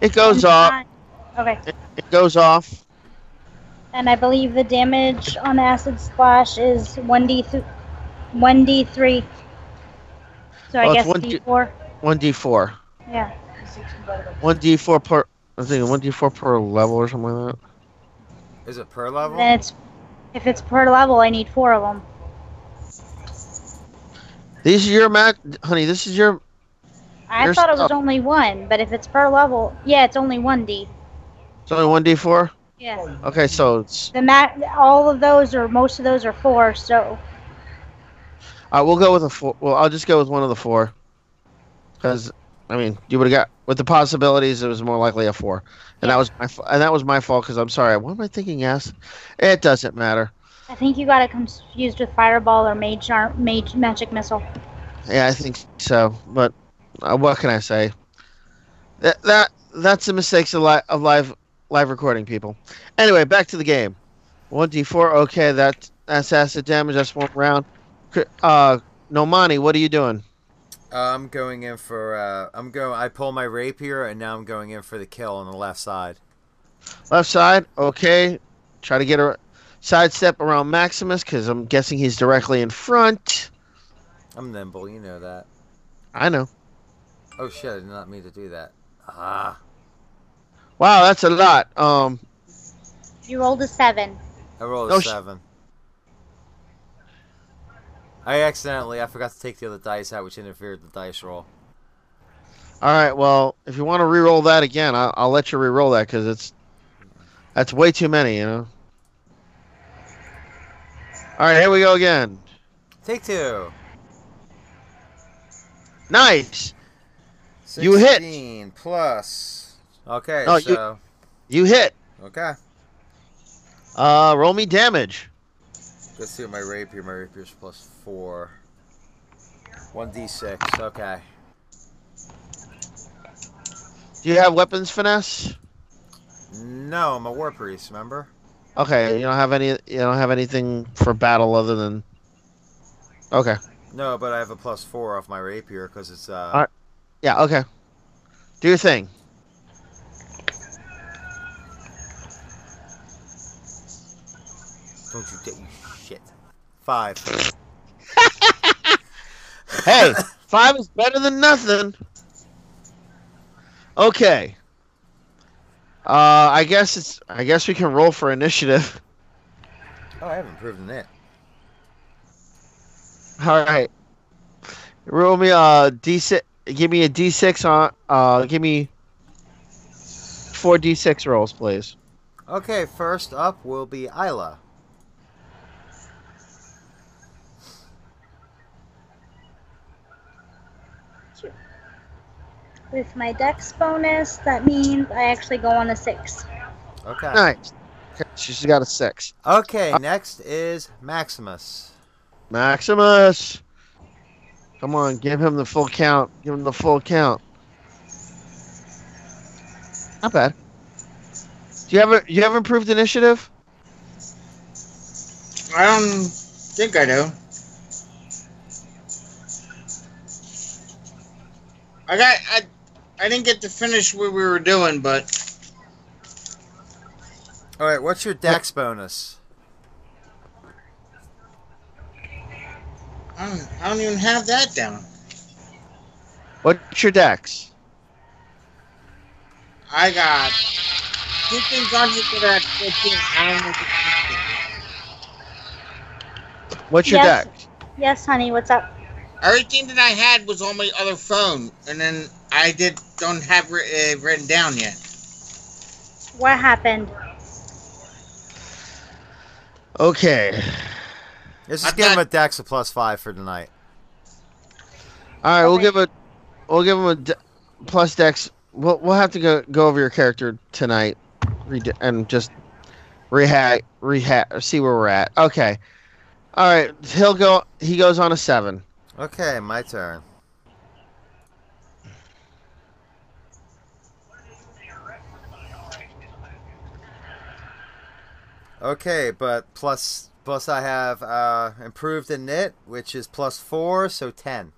B: It goes off.
E: Okay.
B: It goes off.
E: And I believe the damage on acid splash is 1d3. 1d3. So I
B: Oh, it's
E: guess
B: 1D
E: d4.
B: 1D4.
E: Yeah.
B: 1D4 per. I think 1D4 per level or something like that.
C: Is it per level?
E: Then it's if it's per level, I need four of them.
B: These are your mat, honey. This is your.
E: I
B: You're
E: thought it was
B: stuck.
E: only one, but if it's per level, yeah, it's only one D.
B: It's only 1D4.
E: Yeah.
B: Okay, so it's.
E: The ma all of those or most of those are four, so
B: Uh, we'll go with a four. Well, I'll just go with one of the four. Because, I mean, you would have got with the possibilities. It was more likely a four, and that was my fa- and that was my fault. Because I'm sorry. What am I thinking? Acid. It doesn't matter.
E: I think you got it confused with fireball or mage, ar- mage magic missile.
B: Yeah, I think so. But uh, what can I say? That that that's the mistakes of, li- of live live recording, people. Anyway, back to the game. One d four. Okay, that that's acid damage. That's one round. Cri- Uh, Nomani, what are you doing?
C: I'm going in for. Uh, I'm going. I pull my rapier, and now I'm going in for the kill on the left side.
B: Left side, okay. Try to get a sidestep around Maximus because I'm guessing he's directly in front.
C: I'm nimble, you know that.
B: I know.
C: Oh shit! I did not mean to do that. Ah,
B: Wow, that's a lot. Um,
E: You rolled a seven.
C: I rolled
B: No
C: a
B: Oh, sh-
C: seven. I accidentally. I forgot to take the other dice out, which interfered with the dice roll.
B: all right. Well, if you want to re-roll that again, I'll, I'll let you re-roll that because it's that's way too many, you know. All right, here we go again.
C: Take two.
B: Nice. You hit.
C: 16 plus. Okay,
B: No, you-
C: so
B: You hit.
C: okay.
B: Uh, roll me damage.
C: Let's see what my rapier. My rapier's plus four. One d six. Okay.
B: Do you have weapons finesse?
C: No, I'm a war priest. Remember?
B: Okay, you don't have any. You don't have anything for battle other than. Okay.
C: No, but I have a plus four off my rapier because it's uh.
B: Alright. Yeah, okay. Do your thing.
C: Don't you dare, you shit. Five.
B: Hey, five is better than nothing. Okay. Uh, I guess it's. I guess we can roll for initiative.
C: Oh, I haven't proven it.
B: All right. Roll me a d six. Give me a d six on. Uh, give me four d six rolls, please.
C: Okay, first up will be Isla.
E: With my dex bonus, that means I actually go on a six.
C: Okay.
B: Nice. Okay, she's got a six.
C: Okay, next is Maximus.
B: Maximus, come on, give him the full count. Give him the full count. Not bad. Do you have a, you have improved initiative?
D: I don't think I do. I got I, I didn't get to finish what we were doing, but
C: All right, what's your dex bonus?
D: I don't, I don't even have that down.
B: What's your dex?
D: I got two things on you that are at 15. I don't know if it's 15.
B: What's your
E: Yes.
B: dex?
E: Yes, honey, what's up?
D: Everything that I had was on my other phone, and then I did don't have it uh, written down yet.
E: What happened?
B: Okay.
C: Let's
D: I'm
C: just give him a
D: not-
C: dex of plus five for tonight.
B: All right, we'll
E: Okay.
B: give it. We'll give him a de- plus dex. We'll we'll have to go go over your character tonight, re- and just rehash rehash see where we're at. Okay. All right, he'll go. He goes on a seven.
C: Okay, my turn. Okay, but plus plus I have uh, improved in knit, which is plus four, so ten.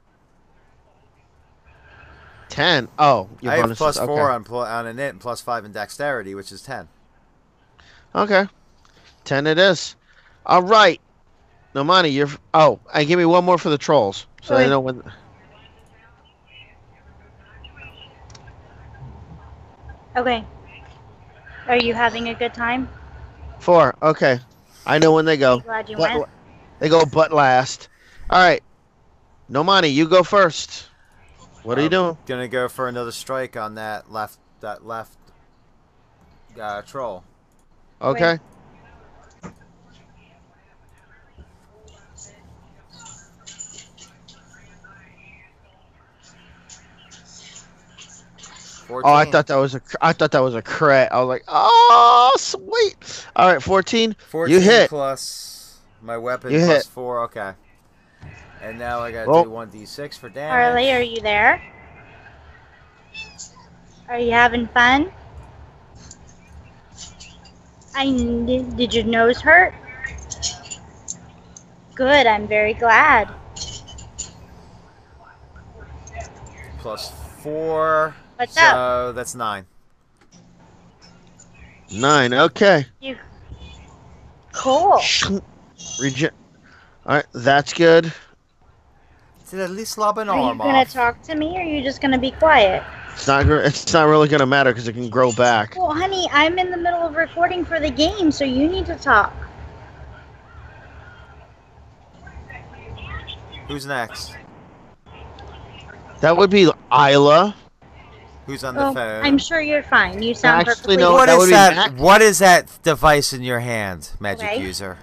B: Ten. Oh, your
C: I have
B: bonuses,
C: plus
B: okay.
C: four on pl- on knit and plus five in dexterity, which is ten.
B: Okay. Ten it is. All right. Nomani, you're. Oh, and give me one more for the trolls, so they
E: Okay.
B: know when.
E: Okay. Are you having a good time?
B: Four. Okay. I know when they go.
E: Glad you
B: But-
E: went.
B: They go butt last. All right. Nomani, you go first. What are you
C: Um,
B: doing?
C: Gonna go for another strike on that left that left uh, troll.
B: Okay. Oh, I
C: 14.
B: thought that was a. cr- I thought that was a crit. I was like, oh, sweet. All right, fourteen.
C: 14
B: hit.
C: plus my weapon
B: You
C: plus
B: hit.
C: four. Okay. And now I gotta
B: Roll.
C: do one d six for damage.
E: Harley, are you there? Are you having fun? I kn- did, did your nose hurt? Good, I'm very glad.
C: Plus four.
E: What's
C: so
E: up?
C: that's nine.
B: Nine. Okay.
E: Cool.
B: Regen- All right, that's good.
C: Did at least lob an
E: Are you
C: arm
E: gonna
C: off.
E: talk to me or are you just gonna be quiet?
B: It's not. gr- It's not really gonna matter because it can grow back.
E: Well, honey, I'm in the middle of recording for the game, so you need to talk.
C: Who's next?
B: That would be Isla.
C: Who's on
E: Oh,
C: the phone?
E: I'm sure you're fine. You sound
B: Actually,
E: perfectly
B: no,
C: What
B: that
C: is
B: would be
C: that?
B: Max.
C: What is that device in your hand, magic
E: Okay.
C: user?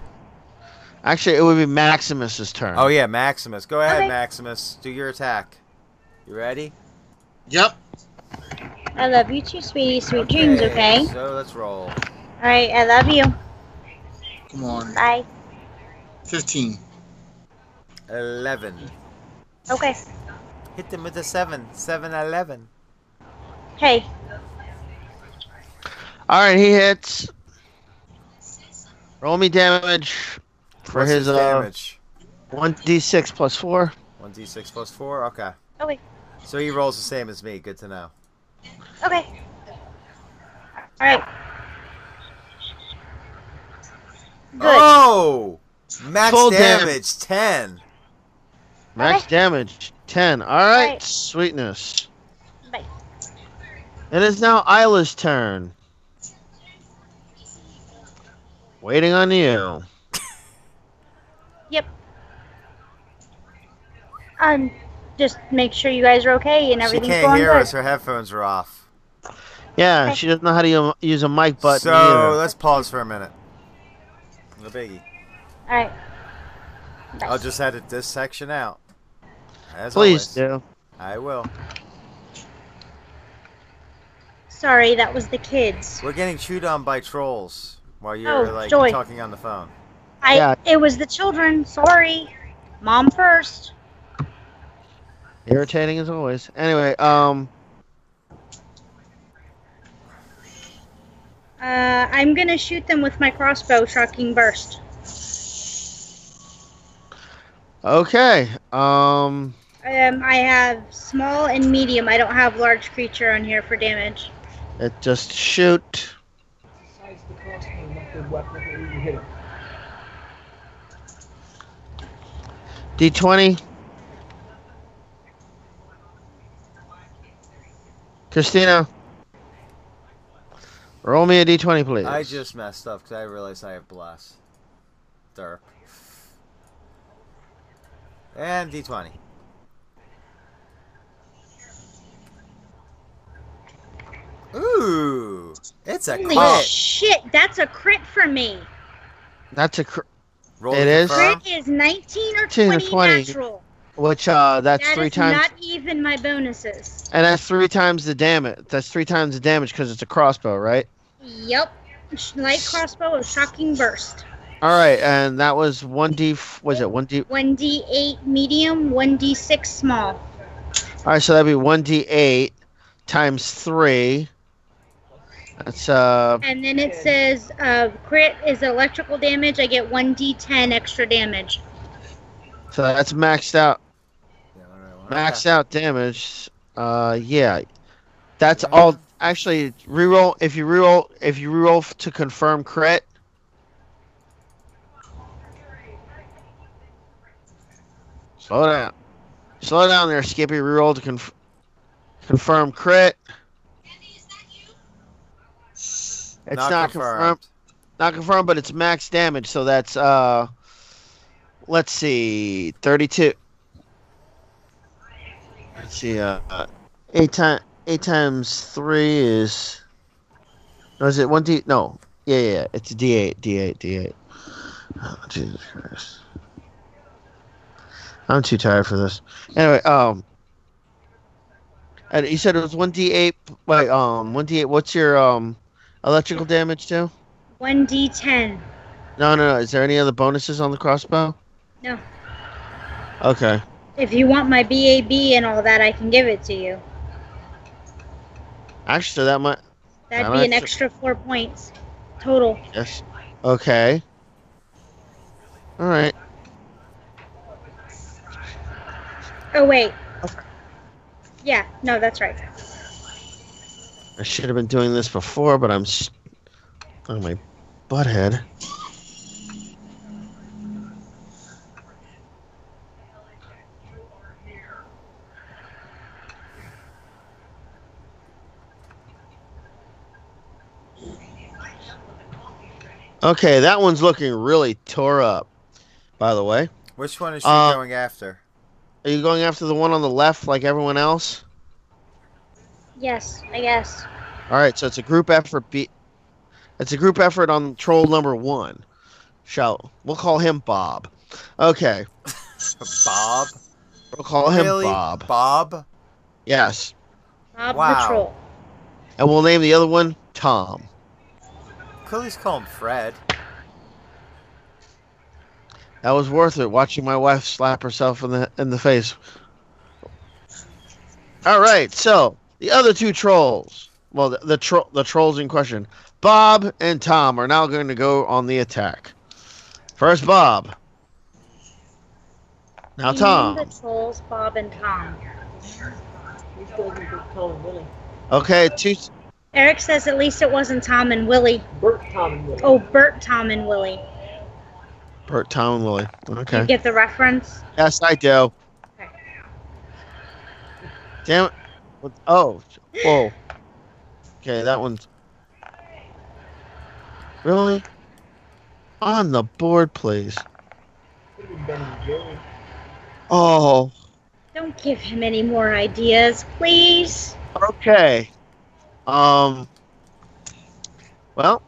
B: Actually, it would be Maximus's turn.
C: Oh yeah, Maximus. Go ahead,
E: Okay.
C: Maximus. Do your attack. You ready?
D: Yep.
E: I love you too, sweetie. Sweet dreams, okay? All
C: So let's roll.
E: right, I love you.
D: Come on.
E: Bye.
D: 15.
C: Eleven.
E: Okay.
C: Hit them with a seven. Seven eleven.
E: Hey,
B: All right, he hits. Roll me damage for
C: What's
B: his, uh,
C: damage?
B: one d six plus four.
C: One d six plus four. Okay.
E: Okay.
C: So he rolls the same as me. Good to know.
E: Okay. All right. Good.
C: Oh, max
B: Full
C: damage,
B: damage.
C: ten.
B: Max
E: Bye.
B: damage, 10. All right,
E: Bye.
B: sweetness.
E: Bye.
B: It is now Isla's turn. Waiting on you.
E: Um, just make sure you guys are okay and
C: She
E: everything's
C: can't
E: going
C: hear
E: good.
C: us. Her headphones are off.
B: Yeah,
E: Okay.
B: she doesn't know how to u- use a mic button.
C: so
B: either.
C: let's pause for a minute. No biggie.
E: All right. Bye.
C: I'll just edit this section out. As
B: Please
C: always.
B: do.
C: I will.
E: Sorry, that was the kids.
C: We're getting chewed on by trolls while you're
E: Oh,
C: like
E: joy.
C: talking on the phone.
E: I.
B: Yeah.
E: It was the children. Sorry. Mom first.
B: Irritating as always. Anyway, um,
E: Uh, I'm gonna shoot them with my crossbow, shocking burst.
B: okay. Um,
E: Um, I have small and medium. I don't have large creature on here for damage.
B: it just shoot.
H: Besides the cost of a knuckle weapon, if you hit him.
B: D20. Christina. Roll me a D20, please.
C: I just messed up because I realized I have bless. Derp. And D20. Ooh, it's a
E: Holy
C: crit.
E: shit! That's a crit for me.
B: That's a cr-
C: Roll
B: It
C: to
B: is.
C: confirm.
E: Crit is 19 or
B: 19 or
E: 20,
B: 20.
E: natural.
B: which uh that's
E: That
B: three
E: is
B: times
E: not even my bonuses.
B: and that's three times the damage. That's three times the damage because it's a crossbow, right?
E: Yep. Light crossbow of shocking burst.
B: All right, and that was one D. f- Was it one D?
E: 1d8 medium, 1d6 small.
B: All right, so that'd be one D eight times three. That's uh
E: And then it says uh, crit is electrical damage. I get 1d10 extra damage.
B: so that's maxed out
C: Yeah, all right, well,
B: maxed
C: okay.
B: out damage. Uh yeah, that's all. Actually, reroll if you reroll if you reroll f- to confirm crit. Slow down, slow down there, Skippy. Reroll to conf- confirm crit. It's not, confirmed. Not confirmed, but it's max damage, so that's uh, let's see, thirty-two. Let's see, uh, uh, eight times eight times three is. No, is it one d? No, yeah, yeah, yeah, it's d eight, d eight, d eight. Oh, Jesus Christ! I'm too tired for this. Anyway, um, and you said it was one d eight. Wait, um, one d eight. What's your um electrical damage to?
E: 1d10.
B: No, no, no. Is there any other bonuses on the crossbow?
E: No.
B: Okay.
E: If you want my BAB and all that, I can give it to you.
B: Actually, that might.
E: That'd
B: Well,
E: be an
B: that's-
E: extra four points total.
B: Yes. Okay. All right.
E: Oh, wait. Yeah, no, that's right.
B: I should have been doing this before, but I'm. s oh my, butthead. Okay, that one's looking really tore up. By the way,
C: Which one is she
B: Uh,
C: going after?
B: are you going after the one on the left like everyone else?
E: Yes, I guess.
B: All right, so it's a group effort. Be- it's a group effort on troll number one. Shall we'll call him Bob? Okay,
C: Bob.
B: we'll call him
C: really?
B: Bob.
C: Bob.
B: Yes,
E: Bob
C: Wow.
E: the troll.
B: and we'll name the other one Tom.
C: Could at least call him Fred.
B: That was worth it. Watching my wife slap herself in the in the face. All right, so the other two trolls, well, the the, tro- the trolls in question, Bob and Tom, are now going to go on the attack. First, Bob. Now,
E: You
B: Tom.
E: The trolls, Bob and Tom.
H: We still haven't been Tom and Willie.
B: Okay, two.
E: Eric says at least it wasn't Tom and Willie.
H: Bert, Tom, and Willie.
E: Oh, Bert, Tom, and Willie.
B: Bert, Tom, and Willie.
E: You
B: Okay.
E: get the reference?
B: Yes, I do. Damn it. What- Oh, whoa. Okay, that one's. Really? On the board, please.
H: It was Ben and Jerry.
B: Oh,
E: Don't give him any more ideas, please.
B: okay. Um. Well.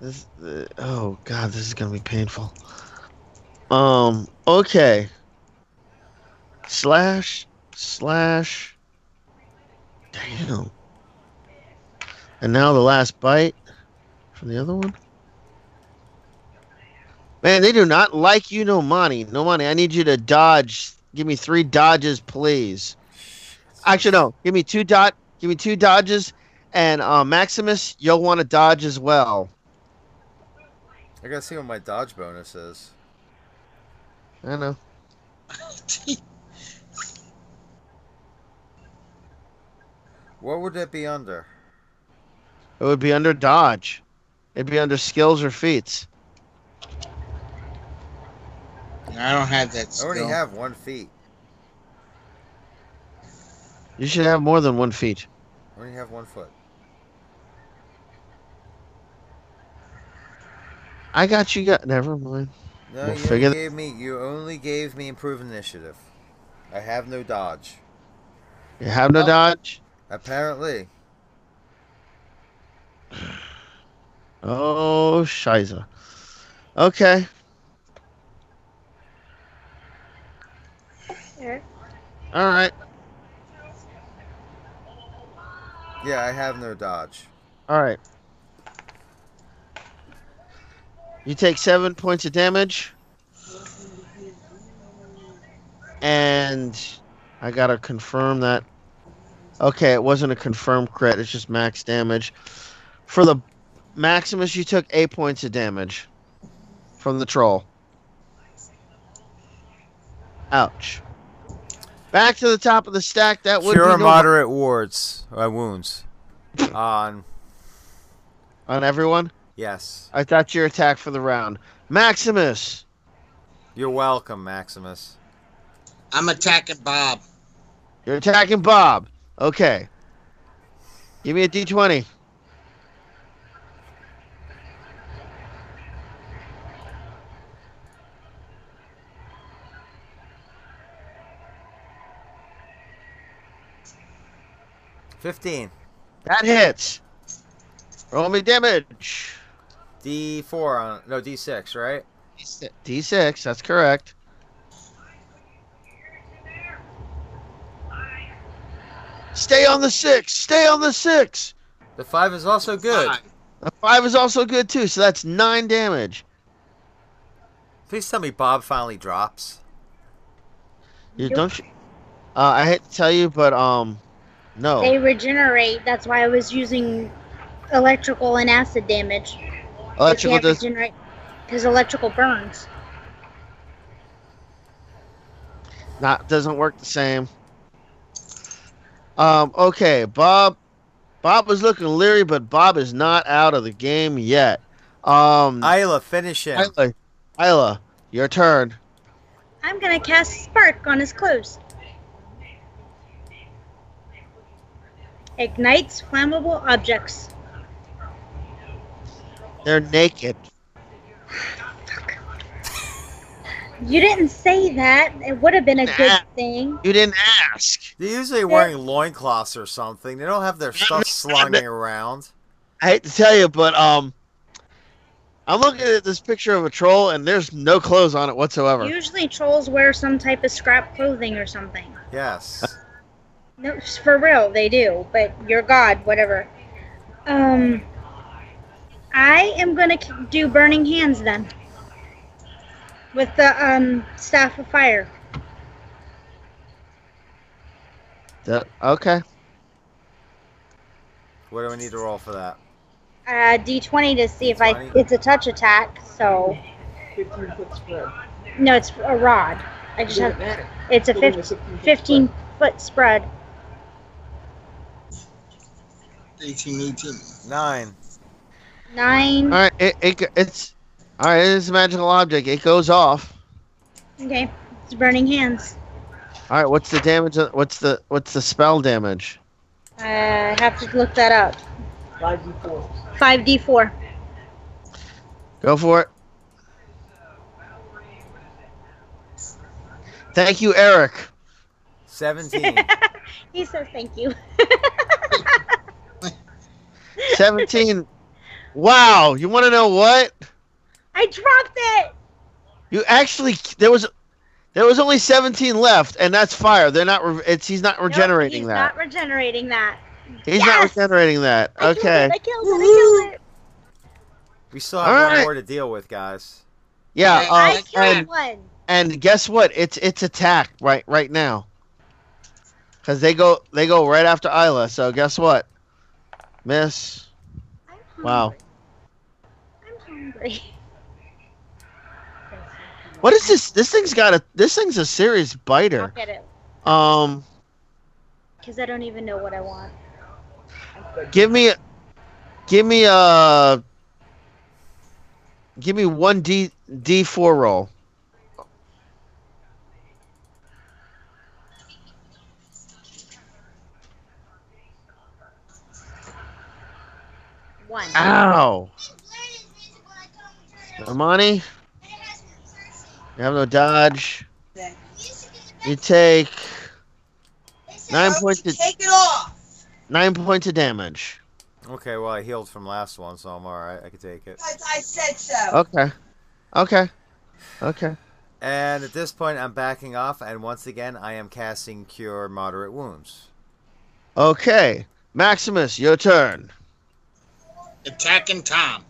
B: This. Uh, oh God, this is gonna be painful. Um. Okay. Slash. Slash. Damn. And now the last bite from the other one. Man, they do not like you, no money. No money. I need you to dodge. Give me three dodges, please. Actually, no. Give me two dot. Give me two dodges, and uh, Maximus, you'll want to dodge as well.
C: I gotta see what my dodge bonus is.
B: I know.
C: What would it be under?
B: It would be under dodge. It'd be under skills or feats.
D: I don't have that
C: I already
D: skill.
C: have one feat.
B: You should have more than one feat.
C: I only have one foot.
B: I got you. Got never mind.
C: No,
B: We'll
C: you
B: figure
C: only
B: th-
C: gave me. You only gave me improved initiative. I have no dodge.
B: You have no
D: Oh.
B: dodge.
C: Apparently,
B: Oh, shiza. Okay.
E: Eric?
B: All right.
C: yeah, I have no dodge.
B: All right. You take seven points of damage. And I gotta confirm that. Okay, it wasn't a confirmed crit, it's just max damage. For the Maximus, you took eight points of damage from the troll. Ouch. Back to the top of the stack. That would
C: Cure
B: be no-
C: moderate wards, uh, wounds. On
B: on everyone.
C: yes,
B: I thought your attack for the round. Maximus!
C: you're welcome, Maximus.
D: I'm attacking Bob.
B: You're attacking Bob. Okay. Give me a d20.
C: Fifteen
B: That hits. Roll me damage.
C: D four on no D six right.
B: D6, that's correct. Stay on the six. Stay on the six.
C: The five is also good.
D: Five.
B: The five is also good too, so that's nine damage.
C: Please tell me Bob finally drops.
B: You don't. sh- Uh, I hate to tell you, but um, no.
E: They regenerate. That's why I was using electrical and acid damage. 'cause
B: Electrical
E: they have
B: does
E: regenerate because electrical burns.
B: not doesn't work the same. Um, okay, Bob. Bob was looking leery, but Bob is not out of the game yet. Um,
C: Isla, finish him.
B: Isla, Isla, your turn.
E: I'm gonna cast spark on his clothes. Ignites flammable objects.
B: They're naked.
E: You didn't say that. It would have been a good
B: Ah.
E: thing.
B: You didn't ask.
C: They're usually wearing loincloths or something. They don't have their stuff slung around.
B: I hate to tell you, but um, I'm looking at this picture of a troll, and there's no clothes on it whatsoever.
E: Usually trolls wear some type of scrap clothing or something.
C: Yes.
E: No, s- for real, they do. But your god, whatever. Um, I am gonna k- do burning hands then. With the um staff of fire.
B: That- okay.
C: What do I need to roll for that?
E: Uh, D20 to see if I
C: D20.
E: it's a touch attack. So
H: 15 foot spread.
E: No, it's a rod. I just
H: Doesn't
E: have.
H: matter.
E: It's a
H: Put it in
E: 15,
H: the
E: 15 foot spread.
D: 18, 18.
C: Nine.
E: Nine.
B: All right, it, it go- it's all right. It's a magical object. It goes off.
E: Okay. It's burning hands.
B: All right, what's the damage? of- What's the what's the spell damage?
E: Uh, I have to look that up.
H: Five D four.
E: 5d4.
B: Go for it. Thank you, Eric.
C: Seventeen.
E: he says thank you.
B: Seventeen. wow. You want to know what?
E: I dropped it.
B: You actually there was there was only seventeen left, and that's fire. They're not. Re- it's he's not
E: Nope,
B: regenerating
E: he's
B: that.
E: not regenerating that.
B: he's
E: Yes!
B: not regenerating that.
E: I
B: okay.
E: Killed it, I killed it. I killed it.
C: we still have
B: All
C: one
B: right.
C: more to deal with, guys.
B: Yeah.
D: Yeah,
B: Uh,
E: I
D: I
E: killed
B: and
E: one.
B: and guess what? It's it's attack right right now. Cause they go they go right after Isla. So guess what? Miss.
E: I'm hungry.
B: Wow.
E: I'm hungry.
B: What is this? This thing's got a this thing's a serious
E: I'll
B: biter.
E: get it
B: Um,
E: because I don't even know what I want.
B: give me, give me a, give me one d d four roll.
E: One.
B: Ow, Armani, you have no dodge. You take nine points of,
G: Take it off.
B: nine points of damage.
C: Okay, well I healed from last one, so I'm all right. I can take it.
G: Because I said so.
B: Okay, okay, okay.
C: And at this point, I'm backing off, and once again, I am casting Cure Moderate Wounds.
B: Okay, Maximus, your turn.
D: Attacking Tom.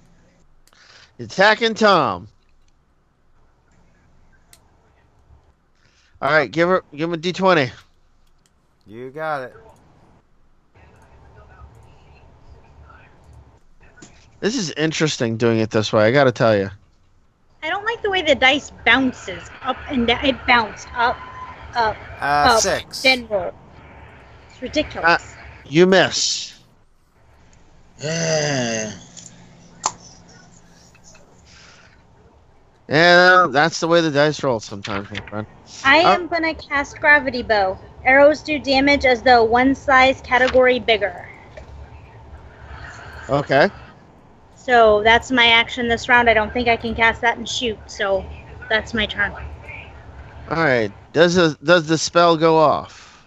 B: Attacking Tom. All right, give her, give him a D twenty.
C: You got it.
B: This is interesting doing it this way. I got to tell you.
E: I don't like the way the dice bounces up and down. It bounced up, up,
C: Uh,
E: Oh,
C: six.
E: then roll. It's ridiculous.
B: You miss.
D: Yeah.
B: Yeah, that's the way the dice roll sometimes, my friend.
E: I
B: uh,
E: am gonna cast Gravity Bow. Arrows do damage as though one size category bigger.
B: Okay.
E: So that's my action this round. I don't think I can cast that and shoot. So that's my turn.
B: All right. Does the does the spell go off?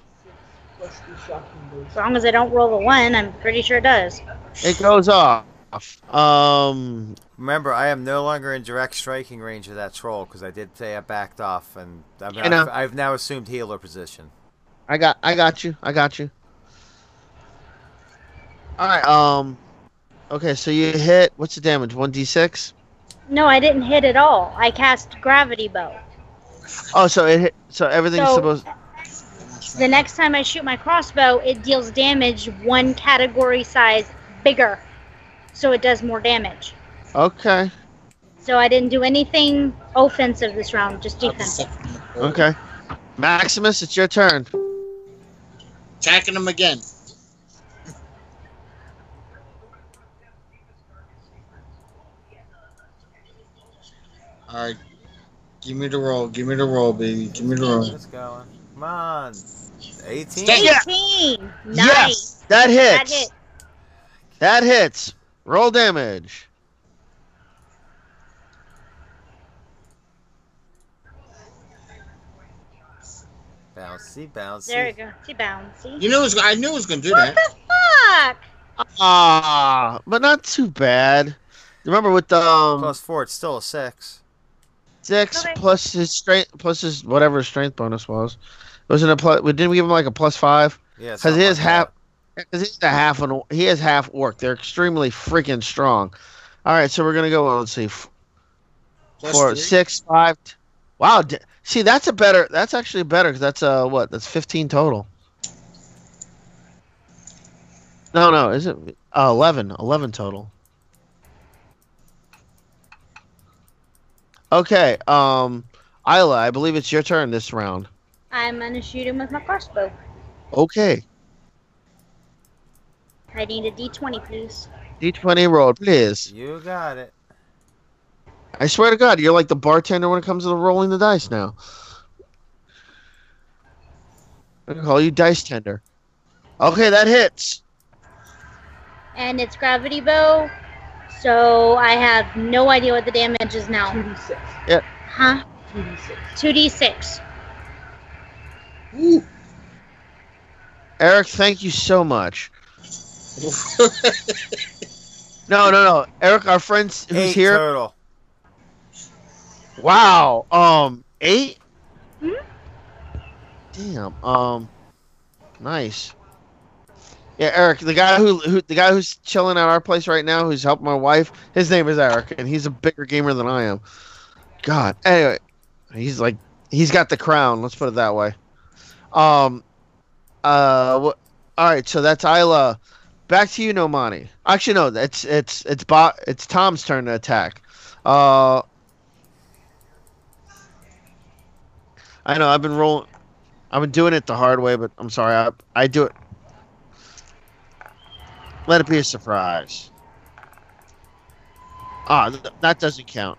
H: Plus the shocking
E: As
H: version.
E: long as I don't roll a one, I'm pretty sure it does.
B: It goes off. Um.
C: Remember, I am no longer in direct striking range of that troll because I did say I backed off, and I'm,
B: I know.
C: I've, I've now assumed healer position.
B: I got. I got you. I got you. All right. Um. Okay. So you hit. What's the damage? One d six.
E: No, I didn't hit at all. I cast Gravity Bow.
B: Oh, so it hit. So everything's
E: So-
B: supposed.
E: The next time I shoot my crossbow, it deals damage one category size bigger. So it does more damage.
B: Okay.
E: So I didn't do anything offensive this round, just defense.
B: Okay. Maximus, it's your turn.
D: Attacking him again. All right. Give me the roll. Give me the roll, baby. Give me the roll.
C: Let's go. Come on. 18?
D: Stay- Yeah.
E: 18! Nice!
B: Yes, that hits.
E: That hit.
B: That hits. Roll damage.
C: Bouncy, bouncy.
E: There you go. See, bouncy.
D: You knew it was, I knew it was gonna do
E: what
D: that.
E: the fuck?
B: Ah, but not too bad. Remember with the um,
C: Plus four, it's still a six.
B: six
E: okay.
B: plus his strength plus his whatever his strength bonus was. Wasn't a plus? Didn't we give him like a plus five?
C: Yeah,
B: Because
C: something
B: he is
C: like
B: half.
C: that.
B: Because he's a half an. He is half orc. They're extremely freaking strong. All right, so we're gonna go. Let's see. f-
D: Plus
B: four,
D: three.
B: six, five. t- Wow. d- See, that's a better. That's actually better because that's uh what? That's fifteen total. No, no, is it uh, 11, 11 total? Okay. Um. Isla, I believe it's your turn this round.
E: I'm gonna shoot him with my crossbow.
B: Okay.
E: I need a D20, please.
B: D20 roll, please.
C: You got it.
B: I swear to God, you're like the bartender when it comes to the rolling the dice now. I call you dice tender. Okay, that hits.
E: And it's gravity bow, so I have no idea what the damage is now.
H: 2d6.
E: Huh?
H: 2d6.
E: 2d6.
B: Eric, thank you so much. No, no, no. Eric, our friend s- who's
C: Eight
B: here.
C: total.
B: Wow. Um, 8
E: Hmm?
B: Damn. Um, nice. Yeah, Eric, the guy who, who the guy who's chilling at our place right now, who's helping my wife. His name is Eric, and he's a bigger gamer than I am. God. Anyway, he's like he's got the crown. Let's put it that way. Um. Uh. Wh- all right. So that's Isla. Back to you, Nomani. Actually, no. It's it's it's Bo- It's Tom's turn to attack. Uh. I know I've been rolling. I've been doing it the hard way, but I'm sorry. I I do it. Let it be a surprise. Ah, th- that doesn't count.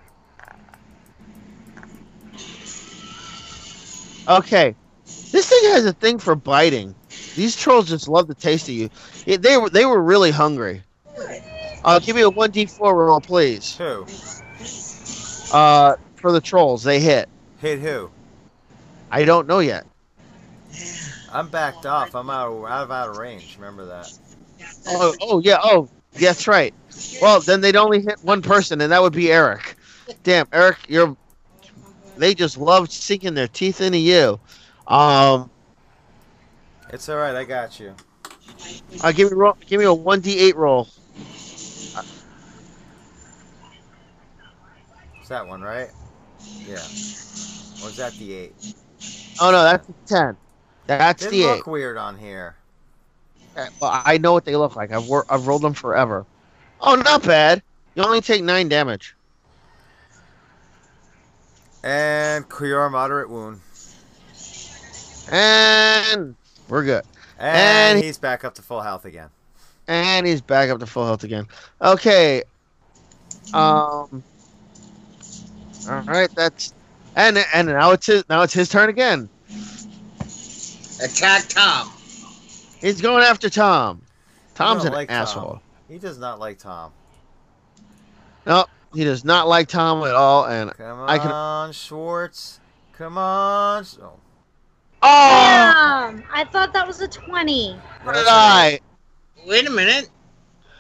B: Okay, this thing has a thing for biting. These trolls just love the taste of you. Yeah, they were they were really hungry. Uh, give me a one d four roll, please.
C: Who?
B: Uh, for the trolls, they hit.
C: Hit who?
B: I don't know yet.
C: I'm backed off. I'm out of, out of out of range. Remember that.
B: Oh, oh yeah. Oh, that's right. Well, then they'd only hit one person, and that would be Eric. Damn, Eric, you're. They just love sinking their teeth into you. Um,
C: It's all right. I got you.
B: uh, give me roll, give me a one d eight roll.
C: It's that one, right? Yeah. Or is that the eight?
B: Oh no, that's a ten. That's
C: They
B: the eight.
C: look weird on here.
B: Uh, Well, I know what they look like. I've wor- I've rolled them forever. Oh, not bad. You only take nine damage.
C: And clear moderate wound.
B: And we're good.
C: And,
B: And-
C: he's back up to full health again.
B: And he's back up to full health again. Okay.
C: Mm-hmm.
B: Um. All right. That's and and now it's his now it's his turn again.
D: Attack Tom.
B: He's going after Tom. Tom's
C: don't
B: an
C: like Tom.
B: asshole.
C: He does not like Tom.
B: He does not like Tom at all. And
C: Come
B: I can-
C: on, Schwartz. Come on. Sch- Oh,
B: oh,
E: Damn! I thought that was a 20.
B: what did I?
D: Wait a minute.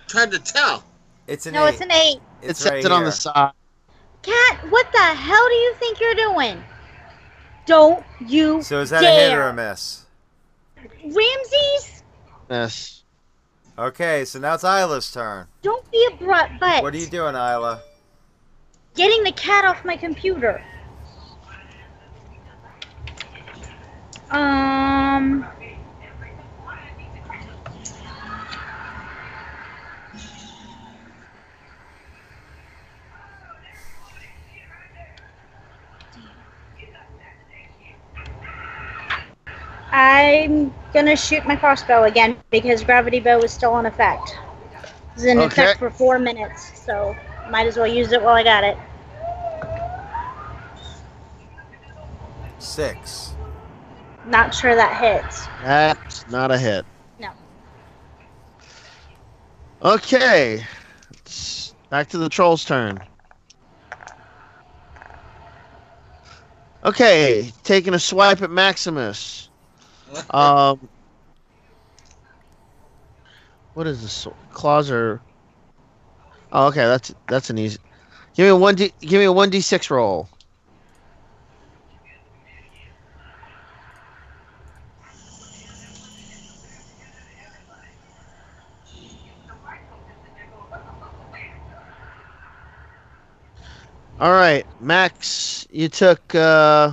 D: Tried to tell.
C: it's an
E: no,
C: eight.
E: it's an 8.
B: It
C: It's
B: sets
C: right
B: it on
C: here.
B: the side.
E: Cat, what the hell do you think you're doing? Don't you
C: So is that a hit
E: dare.
C: or a miss?
E: Ramses,
B: Yes.
C: Okay, so now it's Isla's turn.
E: don't be a brat butt.
C: What are you doing, Isla?
E: Getting the cat off my computer. Um. I'm gonna shoot my crossbow again because gravity bow is still in effect. It's in
B: Okay.
E: effect for four minutes, so might as well use it while I got it.
C: Six.
E: Not sure that hits.
B: That's not a hit.
E: No.
B: Okay. It's back to the troll's turn. Okay, taking a swipe at Maximus. Um, what is this? Claws are. Oh, okay, that's that's an easy. Give me a one d. Give me a one d six roll. All right, Max, you took uh,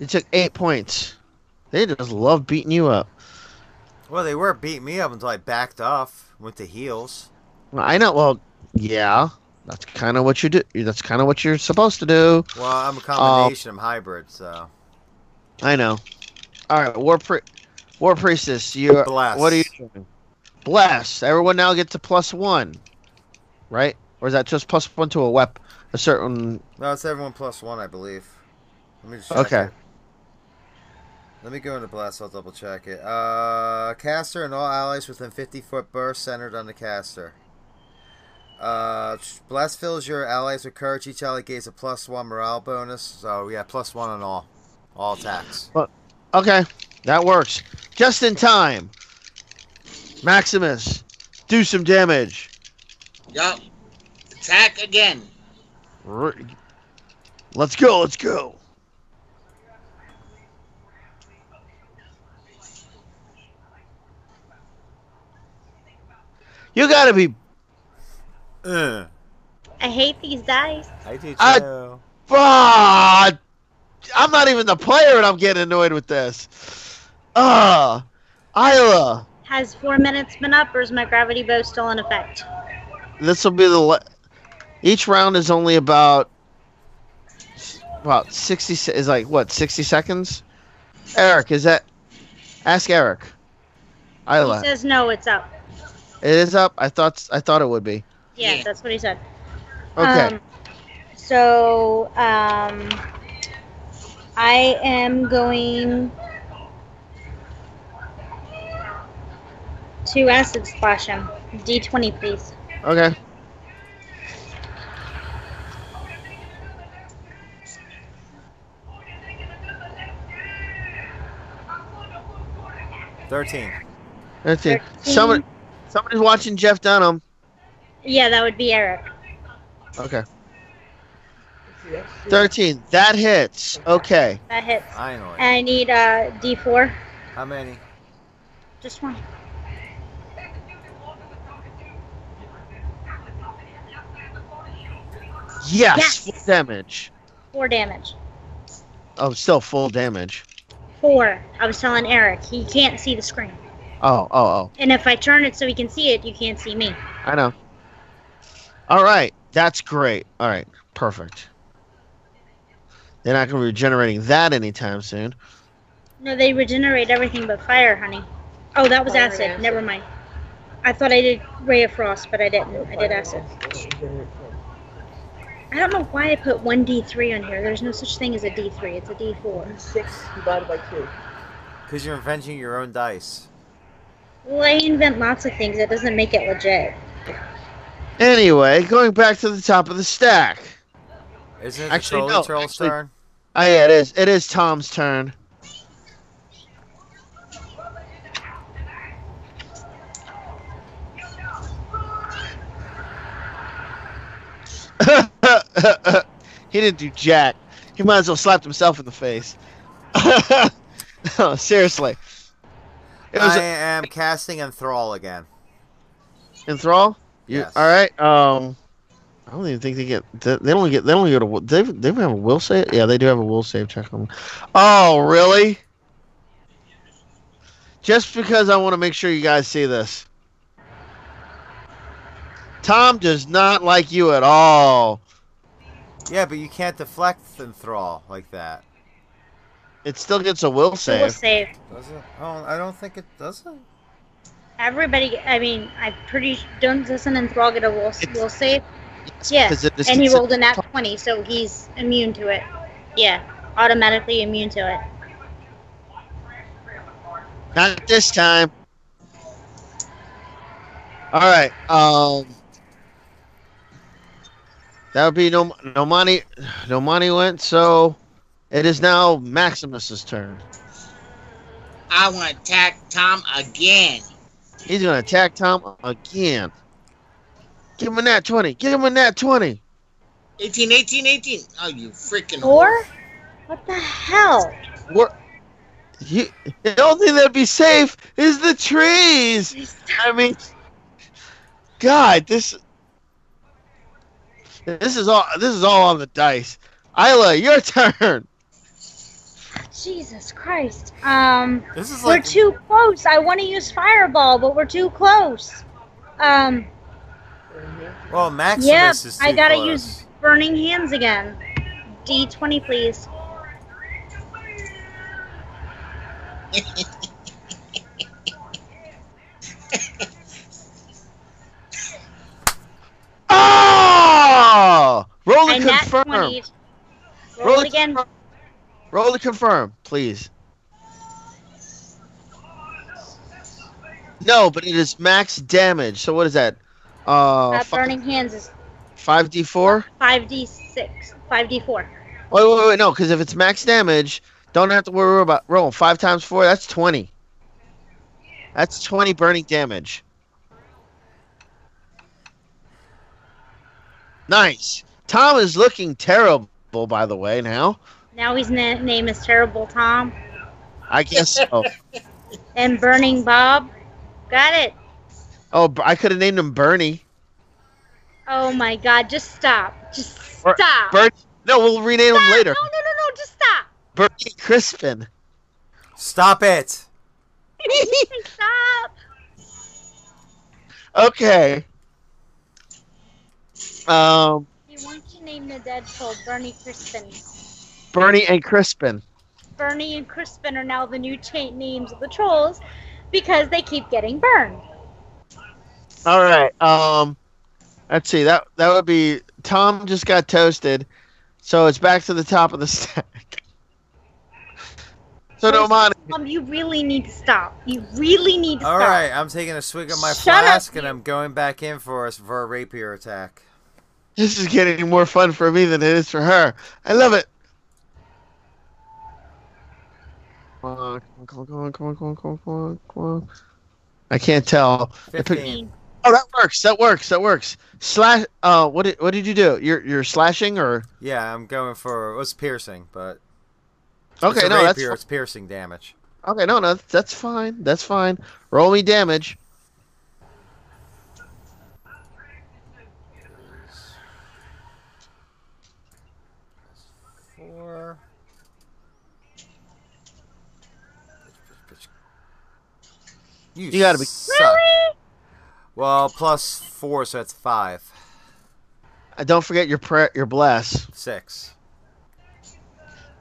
B: you took eight points. They just love beating you up.
C: Well, they were beating me up until I backed off. Went to heels.
B: Well, I know. Well, yeah. That's kind of what you do. That's kind of what you're supposed to do.
C: Well, I'm a combination. I'm hybrid, so
B: I know. All right, war pri- war priestess. You
C: Bless.
B: What are you doing? Bless. Everyone now gets a plus one, right? Or is that just plus one to a wep? A certain.
C: no, it's everyone plus one, I believe. Let me just check
B: Okay.
C: it. Let me go into blast. I'll double check it. Uh, caster and all allies within 50 foot burst centered on the caster. Uh, blast fills your allies with courage. Each ally gains a plus one morale bonus. So yeah, plus one on all, all attacks.
B: Okay, that works. Just in time. Maximus, do some damage.
D: Yup. Attack again.
B: R- Let's go. Let's go. You gotta be
C: Uh,
E: I hate these dice.
C: I do too.
B: I- Ah, I'm not even the player, and I'm getting annoyed with this. Ah, Isla,
E: Has four minutes been up, or is my gravity bow still in effect?
B: this will be the. La- Each round is only about about sixty. se- Is like what sixty seconds? Eric, is that? Ask Eric.
E: He
B: Isla,
E: says no, it's up.
B: it is up. I thought I thought it would be.
E: Yeah,
D: Yeah.
E: that's what he said.
B: Okay.
E: Um, so, um, I am going to acid splash him. D20, please.
B: Okay.
C: Thirteen.
B: Let's see. Somebody, somebody's watching Jeff Dunham.
E: Yeah, that would be Eric.
B: Okay.
H: Yes.
B: Thirteen. That hits. Okay.
E: That hits.
C: Finally.
E: And I need uh, D4.
C: How many?
E: Just one.
B: Yes.
E: Yes.
B: Full damage.
E: Four damage.
B: Oh, still full damage.
E: Four. I was telling Eric, he can't see the screen.
B: Oh, oh, oh.
E: And if I turn it so he can see it, you can't see me.
B: I know. All right. That's great. All right. Perfect. They're not going to be regenerating that anytime soon.
E: No, they regenerate everything but fire, honey. Oh, that was
H: Fire and
E: acid.
H: acid.
E: Never mind. I thought I did Ray of Frost, but I didn't. I did acid. I don't know why I put 1d3 on here. There's no such thing as a d3. It's a d4.
H: Six divided by two.
C: Because you're inventing your own dice.
E: Well, I invent lots of things. That doesn't make it legit.
B: Anyway, going back to the top of the stack.
C: Isn't it
B: Actually,
C: the
B: no,
C: Trolley Troll's
B: actually-
C: turn?
B: Oh, yeah, it is. It is Tom's turn. he didn't do jack. He might as well slapped himself in the face. no, seriously. It was
C: I am casting Enthrall again.
B: enthrall. You,
C: Yes.
B: All right. Um, I don't even think they get. They, they don't get. They don't get a. They they have a will save. Yeah, they do have a will save check on. Oh, really? Just because I want to make sure you guys see this. Tom does not like you at all.
C: Yeah, but you can't deflect Enthrall like that.
B: It still gets a will
E: So we'll
B: save.
E: save.
C: Does it? Oh, I don't think it does it.
E: Everybody, I mean, I'm pretty. Don't doesn't enthrall get a will,
B: It's-
E: will save? Yeah.
B: 'Cause it is
E: And he
B: considered-
E: rolled a nat 20, so he's immune to it. Yeah, automatically immune to it.
B: Not this time. All right. Um, that would be no no money. No money went. So it is now Maximus's turn.
D: I want to attack Tom again.
B: He's gonna attack Tom again. Give him a nat twenty. Give him a nat twenty.
D: 18, 18, 18. Oh, you freaking
E: Four? What the hell?
B: What? You, the only thing that'd be safe is the trees. I mean, God, this this is all this is all on the dice. Isla, your turn.
E: Jesus Christ. Um,
C: This is
E: we're
C: like
E: too close. I want to use fireball, but we're too close. Um,
C: Well, Maximus
E: Yep,
C: is
E: I
C: too
E: gotta
C: close.
E: use burning hands again. D20, please.
B: Oh! Roll to
E: I nat
B: confirm.
E: 20. Roll
B: Roll Oh,
E: it again.
B: Roll to confirm, please. No, but it is max damage. So what is that? Uh,
E: Uh, burning hands is
B: five d four.
E: 5d6, 5d4.
B: Wait, wait, wait, no, because if it's max damage, don't have to worry about roll five times four. That's twenty. That's twenty burning damage. Nice. Tom is looking terrible, by the way. Now,
E: Now his na- name is Terrible Tom.
B: I guess. oh, so.
E: And Burning Bob. Got it.
B: Oh, I could have named him Bernie.
E: Oh my god, just stop. Just
B: Bur-
E: stop.
B: Bernie. No, we'll rename
E: Stop.
B: him later.
E: No, no, no, no, just stop.
B: Bernie Crispin.
C: Stop it.
E: stop.
B: Okay. Um,
E: You want to name the Deadpool Bernie Crispin.
B: Bernie and Crispin.
E: Bernie and Crispin are now the new cha- names of the trolls because they keep getting burned.
B: All right. Um, let's see. That that would be Tom just got toasted, so it's back to the top of the stack. so no money.
E: Mom, you really need to stop. You really need to
C: All
E: stop.
C: right, I'm taking a swig of my
E: Shut up,
C: flask and
E: you-
C: I'm going back in for us for a rapier attack.
B: This is getting more fun for me than it is for her. I love it. Come on, come on, come on, come on, come on, come on, come on, come on. I can't tell. I picked-
C: Fifteen.
B: Oh, that works. That works. That works. Slash. Uh, what did what did you do? You're you're slashing or
C: Yeah, I'm going for it was piercing, but it's
B: okay?
C: a
B: No, that's
C: rapier, it's piercing damage.
B: okay. No, no, that's fine. That's fine. Roll me damage.
C: Four. You,
B: You gotta be-
C: suck. Well, plus four, so that's five,
B: Uh, don't forget your prayer, your bless.
C: six.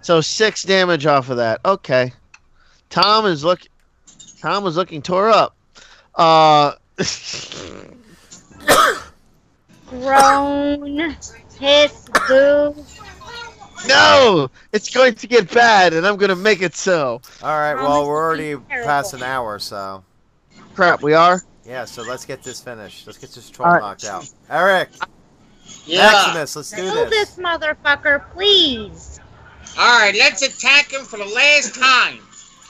B: So six damage off of that. Okay. Tom is look. Tom was looking tore up. Uh,
E: Groan, piss, boo.
B: no, it's going to get bad, and I'm going to make it so.
C: All right.
E: Promise
C: Well,
E: to
C: we're
E: be
C: already
E: terrible.
C: past an hour, so
B: Crap, we are.
C: yeah. So let's get this finished. Let's get this troll
B: All right.
C: knocked out. Eric,
D: Yeah.
C: Maximus, let's do
E: Kill this motherfucker, please.
D: All right, let's attack him for the last time.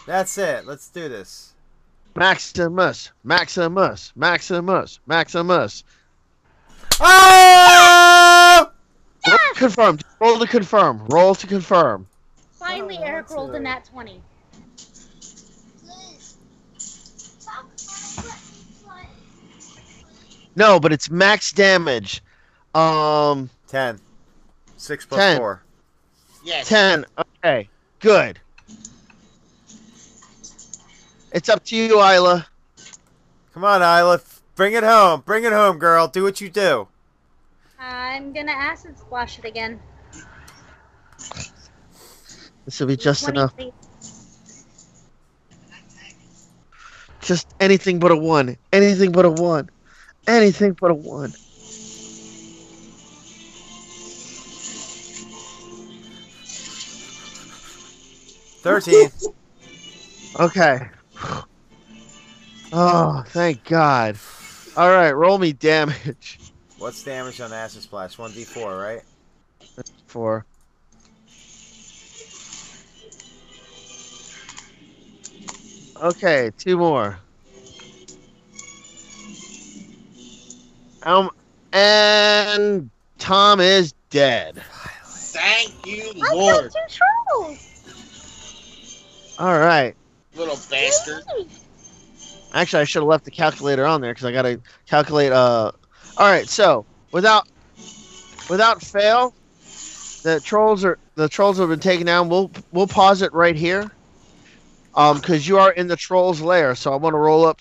C: That's it. Let's do this.
B: Maximus, Maximus, Maximus, Maximus.
C: Oh!
B: Roll to confirm. Roll to confirm. Roll to confirm.
E: Finally, Eric rolled a nat 20.
B: No, but it's max damage. Um,
C: Ten. Six plus
B: Ten.
C: four.
D: Yes.
B: ten. Okay, good. It's up to you, Isla.
C: Come on, Isla. F- Bring it home. Bring it home, girl. Do what you do.
E: I'm gonna acid splash it again.
B: This will be just
E: 20,
B: enough.
E: please.
B: Just anything but a one. Anything but a one. Anything but a one.
C: Thirteen.
B: Okay. Oh, thank God. All right, roll me damage.
C: What's damage on acid splash? One d four, right?
B: Four. Okay, two more. Um, and Tom is dead.
D: Thank you,
E: I killed
D: Lord,
E: two trolls.
B: All right.
D: little bastard.
E: Yay.
B: Actually, I should have left the calculator on there because I gotta calculate. Uh, all right. So without without fail, the trolls are the trolls have been taken down. We'll we'll pause it right here, um, because you are in the trolls lair. So I want to roll up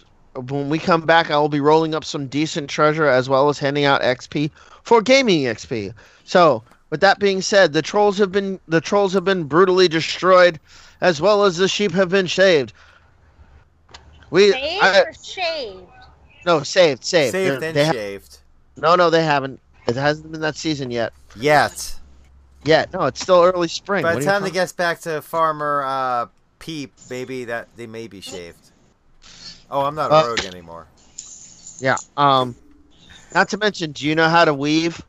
B: when we come back, I will be rolling up some decent treasure as well as handing out XP for gaming XP. So, with that being said, the trolls have been the trolls have been brutally destroyed, as well as the sheep have been shaved. We
E: Saved
B: I-
E: or shaved?
B: no saved saved.
C: Saved
B: They-
C: and
B: they ha-
C: shaved.
B: no, no, they haven't. It hasn't been that season yet.
C: Yet.
B: Yet, no, it's still early spring. What
C: By the
B: are you
C: time they
B: talking-
C: gets back to Farmer uh, Peep, maybe that they may be shaved. Oh, I'm not
B: Uh,
C: a rogue anymore.
B: yeah, um, not to mention, do you know how to weave?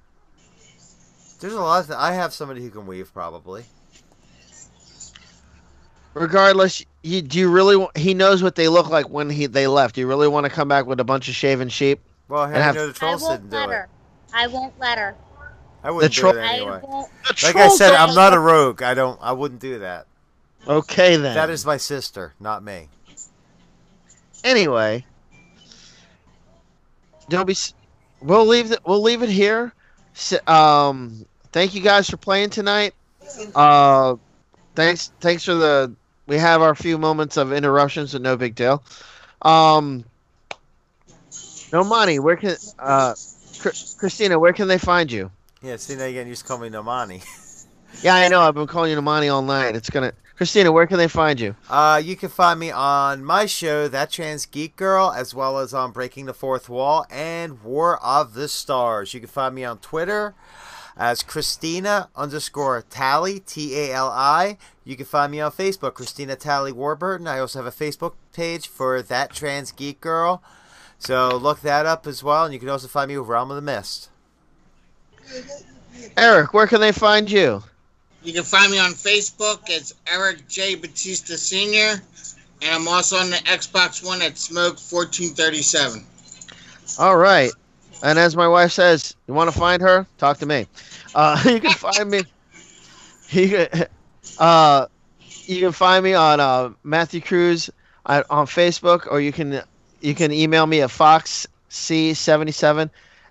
C: There's a lot. Of th- I have somebody who can weave, probably.
B: Regardless, you, do you really? wa- He knows what they look like when he they left. Do you really want to come back with a bunch of shaven sheep?
C: Well, hey,
B: And
C: I
B: have-
C: know the
E: I
C: trolls didn't
E: won't
C: do it.
E: let her. I won't let her.
C: I wouldn't
B: troll-
C: do it anyway.
E: I won't.
B: The
C: Like I said,
B: trolls
C: I'm not a rogue. I don't. I wouldn't do that.
B: are- okay then.
C: That is my sister, not me.
B: anyway. Don't be. s- We'll leave. The, we'll leave it here. S- Um, thank you guys for playing tonight. Uh, thanks. Thanks for the. We have our few moments of interruptions, but no big deal. Um, no money. Where can uh, Cr- Christina? Where can they find you?
C: Yeah. See now again, you just call me Nomani.
B: Yeah, I know. I've been calling you Nomani all night. It's gonna. Christina, where can they find you?
C: Uh, you can find me on my show, That Trans Geek Girl, as well as on Breaking the Fourth Wall and War of the Stars. You can find me on Twitter as Christina underscore Tally, T A L I. You can find me on Facebook, Christina Tally Warburton. I also have a Facebook page for That Trans Geek Girl. So look that up as well. And you can also find me with Realm of the Mist.
B: Eric, where can they find you?
D: You can find me on Facebook. It's Eric J. Batista Sr. And I'm also on the Xbox One at Smoke1437.
B: All right. And as my wife says, you want to find her? Talk to me. Uh, you can find me. You can, uh, you can find me on uh, Matthew Cruz on, on Facebook, or you can you can email me at foxc77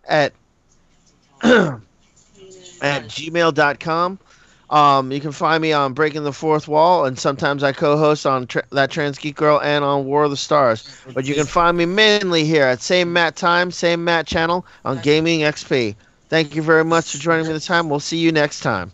B: at at gmail.com. Um, you can find me on Breaking the Fourth Wall, and sometimes I co-host on tra- that Trans Geek Girl and on War of the Stars. But you can find me mainly here at same Matt time, same Matt channel on Gaming XP. Thank you very much for joining me this time. We'll see you next time.